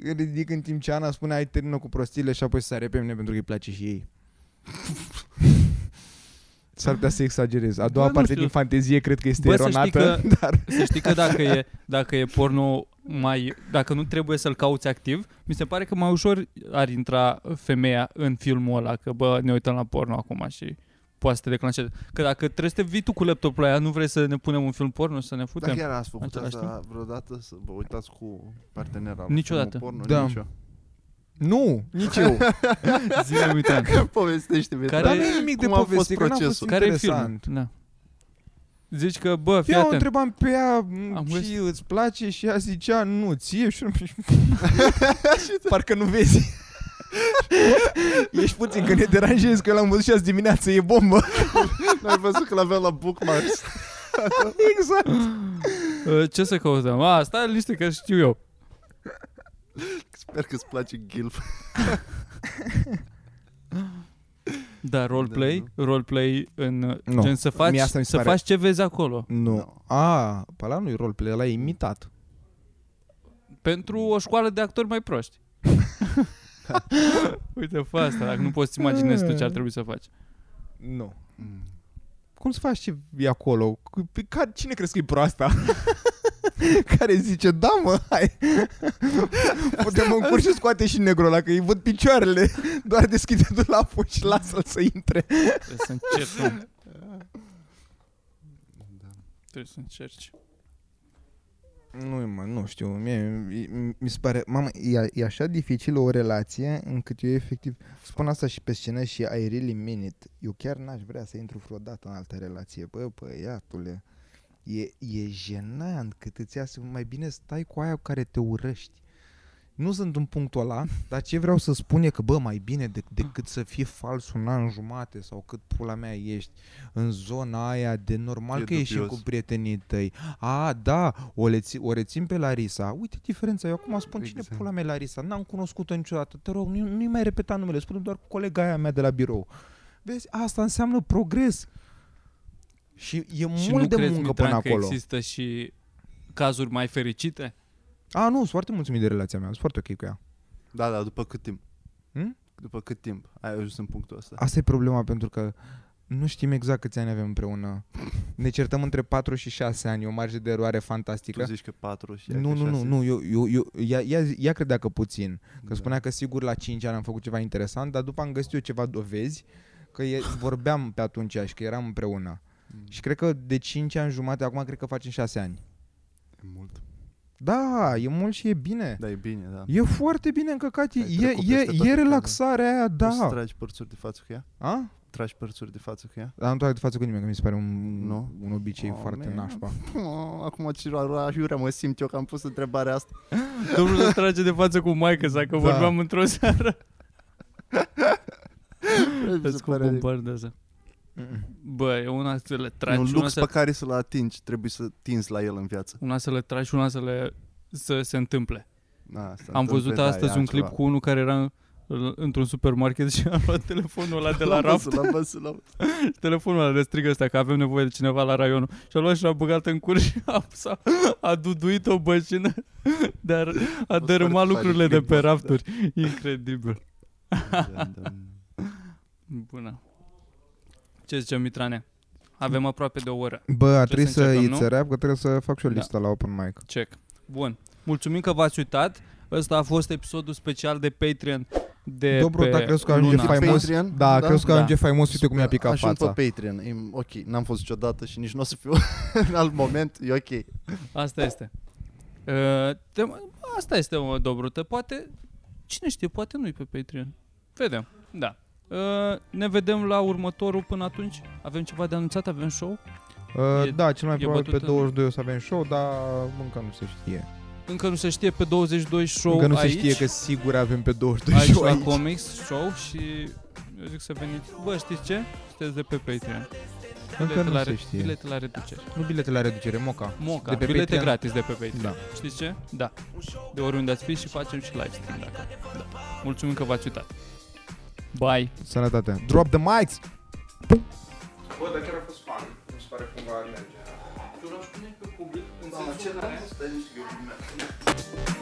[SPEAKER 4] uh, ridic în timp ce Ana spune ai termină cu prostiile și apoi să sare pe mine pentru că îi place și ei. S-ar putea să exagerez. A doua
[SPEAKER 2] Bă, nu
[SPEAKER 4] parte
[SPEAKER 2] știu.
[SPEAKER 4] din fantezie cred Păi că este
[SPEAKER 2] Bă, să știi
[SPEAKER 4] eronată, dar...
[SPEAKER 2] Să știi că dacă e, dacă e porno mai, dacă nu trebuie să-l cauți activ, mi se pare că mai ușor ar intra femeia în filmul ăla, că bă, ne uităm la porno acum și poate să te declanșeze. Că dacă trebuie să te vii tu cu laptopul aia, nu vrei să ne punem un film porno, să ne
[SPEAKER 5] Dar
[SPEAKER 2] futem.
[SPEAKER 5] chiar ați făcut
[SPEAKER 2] Același
[SPEAKER 5] asta vreodată să vă uitați cu partenera la
[SPEAKER 2] Niciodată.
[SPEAKER 5] filmul Porno,
[SPEAKER 4] Da.
[SPEAKER 5] Nicio.
[SPEAKER 4] Nu, nici eu.
[SPEAKER 2] Zile uităm.
[SPEAKER 5] Povestește-mi.
[SPEAKER 2] Care-
[SPEAKER 4] Dar
[SPEAKER 5] Dar
[SPEAKER 4] nu e nimic de
[SPEAKER 5] cum a fost
[SPEAKER 4] povestit, că n-a fost
[SPEAKER 5] procesul?
[SPEAKER 2] Care e filmul?
[SPEAKER 4] interesant.
[SPEAKER 2] Da. Zici că, bă, fii
[SPEAKER 4] Eu o
[SPEAKER 2] atent.
[SPEAKER 4] întrebam pe ea mm,
[SPEAKER 2] Am
[SPEAKER 4] și
[SPEAKER 2] găsit.
[SPEAKER 4] îți place și ea zicea nu, ție și eu- Parcă nu vezi. Ești puțin că ne deranjezi că eu l-am văzut și azi dimineață, e bombă.
[SPEAKER 5] N-ai văzut că l-aveam la bookmarks.
[SPEAKER 4] exact.
[SPEAKER 2] Uh, Ce să căutăm? A, stai liniște că știu eu.
[SPEAKER 5] Sper că îți place Gilf.
[SPEAKER 2] Da, roleplay, roleplay în uh,
[SPEAKER 4] Nu.
[SPEAKER 2] gen să faci,
[SPEAKER 4] Mie asta mi se
[SPEAKER 2] să
[SPEAKER 4] pare-
[SPEAKER 2] faci ce vezi acolo.
[SPEAKER 4] Nu. A, pe ăla nu e roleplay, ăla e imitat.
[SPEAKER 2] Pentru o școală de actori mai proști. Uite, fă asta, dacă nu poți să imaginezi tu ce ar trebui să faci.
[SPEAKER 4] Nu. Cum să faci ce e acolo? Cu- pe Care, cine crezi că e proasta? care zice, da mă, hai Putem în cur și scoate și negru ăla Că îi văd picioarele Doar deschide tu lapul și lasă-l să intre
[SPEAKER 2] Trebuie să încerci. om.
[SPEAKER 4] Da.
[SPEAKER 2] Trebuie să încerci.
[SPEAKER 4] Nu, mă, nu știu mie, mi- Mi se pare, mamă, e, e așa dificilă o relație Încât eu efectiv Spun asta și pe scenă și I really mean it Eu chiar n-aș vrea să intru vreodată în altă relație Bă, băiatule E, e jenant cât îți iasă Mai bine stai cu aia cu care te urăști Nu sunt în punctul ăla Dar ce vreau să spun e că bă, mai bine de, Decât să fie fals un an jumate Sau cât pula mea ești În zona aia de normal
[SPEAKER 5] E
[SPEAKER 4] că ești și
[SPEAKER 5] dubios.
[SPEAKER 4] cu prietenii tăi A, da, o, rețin, o rețin pe Larisa Uite diferența, eu acum spun
[SPEAKER 5] Exact.
[SPEAKER 4] cine pula mea e Larisa N-am cunoscut-o niciodată, te rog, nu- nu-i mai repeta numele Spune doar colega aia mea de la birou Vezi, asta înseamnă progres și e
[SPEAKER 2] Și
[SPEAKER 4] mult
[SPEAKER 2] nu
[SPEAKER 4] de
[SPEAKER 2] crezi,
[SPEAKER 4] muncă
[SPEAKER 2] Mitran,
[SPEAKER 4] până
[SPEAKER 2] că
[SPEAKER 4] acolo.
[SPEAKER 2] există și cazuri mai fericite?
[SPEAKER 4] A, nu, sunt foarte mulțumit de relația mea, sunt foarte ok cu ea.
[SPEAKER 5] Da, da, după cât timp?
[SPEAKER 4] Hmm?
[SPEAKER 5] După cât timp ai ajuns în punctul ăsta?
[SPEAKER 4] Asta e problema pentru că nu știm exact câți ani avem împreună. Ne certăm între 4 și 6 ani, e o marge de eroare fantastică.
[SPEAKER 5] Tu zici că 4 și ea
[SPEAKER 4] Adică? Nu,
[SPEAKER 5] că
[SPEAKER 4] nu, nu,
[SPEAKER 5] șase.
[SPEAKER 4] nu, eu, eu, eu, ea, ea, ea credea că puțin, că
[SPEAKER 5] Da.
[SPEAKER 4] da. spunea că sigur la 5 ani am făcut ceva interesant, dar după am găsit eu ceva dovezi că e, vorbeam pe atunci și că eram împreună.
[SPEAKER 5] Mm.
[SPEAKER 4] Și cred că de 5 ani jumate, acum cred că facem 6 ani.
[SPEAKER 5] E mult.
[SPEAKER 4] Da, e mult și e bine.
[SPEAKER 5] Da, e bine, da.
[SPEAKER 4] E foarte bine încăcat, e,
[SPEAKER 5] Ai
[SPEAKER 4] e,
[SPEAKER 5] trecut
[SPEAKER 4] e,
[SPEAKER 5] peste toate
[SPEAKER 4] e relaxarea aia,
[SPEAKER 5] Poți să
[SPEAKER 4] da.
[SPEAKER 5] tragi părțuri de față cu ea?
[SPEAKER 4] A?
[SPEAKER 5] Tragi părțuri de față cu ea?
[SPEAKER 4] Dar nu trag de față cu nimeni, că mi se pare un,
[SPEAKER 5] Nu?
[SPEAKER 4] un obicei
[SPEAKER 5] Oh,
[SPEAKER 4] foarte
[SPEAKER 5] man.
[SPEAKER 4] nașpa.
[SPEAKER 5] Oh, acum ce aiurea mă simt eu că am pus întrebarea asta.
[SPEAKER 2] Domnul îl trage de față cu maică sa, că
[SPEAKER 4] Da.
[SPEAKER 2] vorbeam într-o seară.
[SPEAKER 5] Mi se
[SPEAKER 2] Îți cu
[SPEAKER 5] pare-
[SPEAKER 2] bombardează. Bă, e una să le tragi,
[SPEAKER 5] un
[SPEAKER 2] și una,
[SPEAKER 5] lux
[SPEAKER 2] să,
[SPEAKER 5] pe care să-l atingi, trebuie să tinzi la el în viață.
[SPEAKER 2] una să le tragi și una să le să se întâmple.
[SPEAKER 5] Na, Da, asta
[SPEAKER 2] Am văzut astăzi un clip cu unul care era în- într-un supermarket și a luat telefonul ăla de la raft.
[SPEAKER 5] L-am văzut, l-am văzut.
[SPEAKER 2] Telefonul ăla de strigă ăsta că avem nevoie de cineva la raionul. Și a luat și l-a băgat în cur și a, s-a, a duduit o bășină, dar a
[SPEAKER 5] fost
[SPEAKER 2] dărâmat
[SPEAKER 5] foarte
[SPEAKER 2] lucrurile
[SPEAKER 5] fain
[SPEAKER 2] de pe
[SPEAKER 5] clipul ăsta,
[SPEAKER 2] rafturi. Incredibil.
[SPEAKER 5] Da, da.
[SPEAKER 2] Bună. Ce zice Mitrane? Avem aproape de o oră.
[SPEAKER 4] Bă,
[SPEAKER 2] Trebuie
[SPEAKER 4] a trebuit
[SPEAKER 2] să
[SPEAKER 4] să
[SPEAKER 2] începem,
[SPEAKER 4] îi
[SPEAKER 2] nu?
[SPEAKER 4] țărap, că trebuie să fac și o
[SPEAKER 2] Da.
[SPEAKER 4] listă la open mic.
[SPEAKER 2] Check. Bun. Mulțumim că v-ați uitat. Ăsta a fost episodul special de Patreon de
[SPEAKER 4] Dobro,
[SPEAKER 2] pe
[SPEAKER 4] dacă crezi că ajunge
[SPEAKER 2] luna.
[SPEAKER 5] Pe
[SPEAKER 4] faimos,
[SPEAKER 5] Patreon?
[SPEAKER 4] da,
[SPEAKER 5] Da?
[SPEAKER 4] crezi că
[SPEAKER 2] Da.
[SPEAKER 4] ajunge faimos, uite cum i-a picat
[SPEAKER 5] Aș fi
[SPEAKER 4] fața.
[SPEAKER 5] pe Patreon. E, ok, n-am fost niciodată și nici nu o să fiu în alt moment. E ok.
[SPEAKER 2] Asta este. Uh, te, asta este o dobrută. Poate, cine știe, poate nu-i pe Patreon. Vedem, da. Uh, ne vedem la următorul până atunci. Avem ceva de anunțat? Avem show?
[SPEAKER 4] Uh,
[SPEAKER 2] E-
[SPEAKER 4] da, cel mai
[SPEAKER 2] e
[SPEAKER 4] probabil pe
[SPEAKER 2] bătut în-
[SPEAKER 4] 22 o să avem show, dar încă nu se știe.
[SPEAKER 2] Încă nu se știe pe 22 show
[SPEAKER 4] încă nu
[SPEAKER 2] aici.
[SPEAKER 4] se știe că sigur avem pe 22
[SPEAKER 2] aici
[SPEAKER 4] show
[SPEAKER 2] la
[SPEAKER 4] aici.
[SPEAKER 2] Comics Show și eu zic să veniți. Bă, știți ce? Sunteți de pe Patreon.
[SPEAKER 4] Încă nu
[SPEAKER 2] la,
[SPEAKER 4] se
[SPEAKER 2] re-
[SPEAKER 4] știe.
[SPEAKER 2] bilete la reducere.
[SPEAKER 4] Nu bilete la reducere, moca.
[SPEAKER 2] Moca,
[SPEAKER 4] De pe
[SPEAKER 2] bilete
[SPEAKER 4] Patreon?
[SPEAKER 2] gratis de pe Patreon.
[SPEAKER 4] Da.
[SPEAKER 2] Știți ce? Da. De oriunde ați fi și facem și live stream dacă. Da. Mulțumim că v-ați uitat. Bye.
[SPEAKER 4] Sănătate. Drop the mics!
[SPEAKER 6] Bă, dar chiar a fost fan. Mi se pare cumva ar merge.
[SPEAKER 2] Tu nu spune că public în
[SPEAKER 5] Mamă, ce n-am pus, dar nici eu nu mi-am.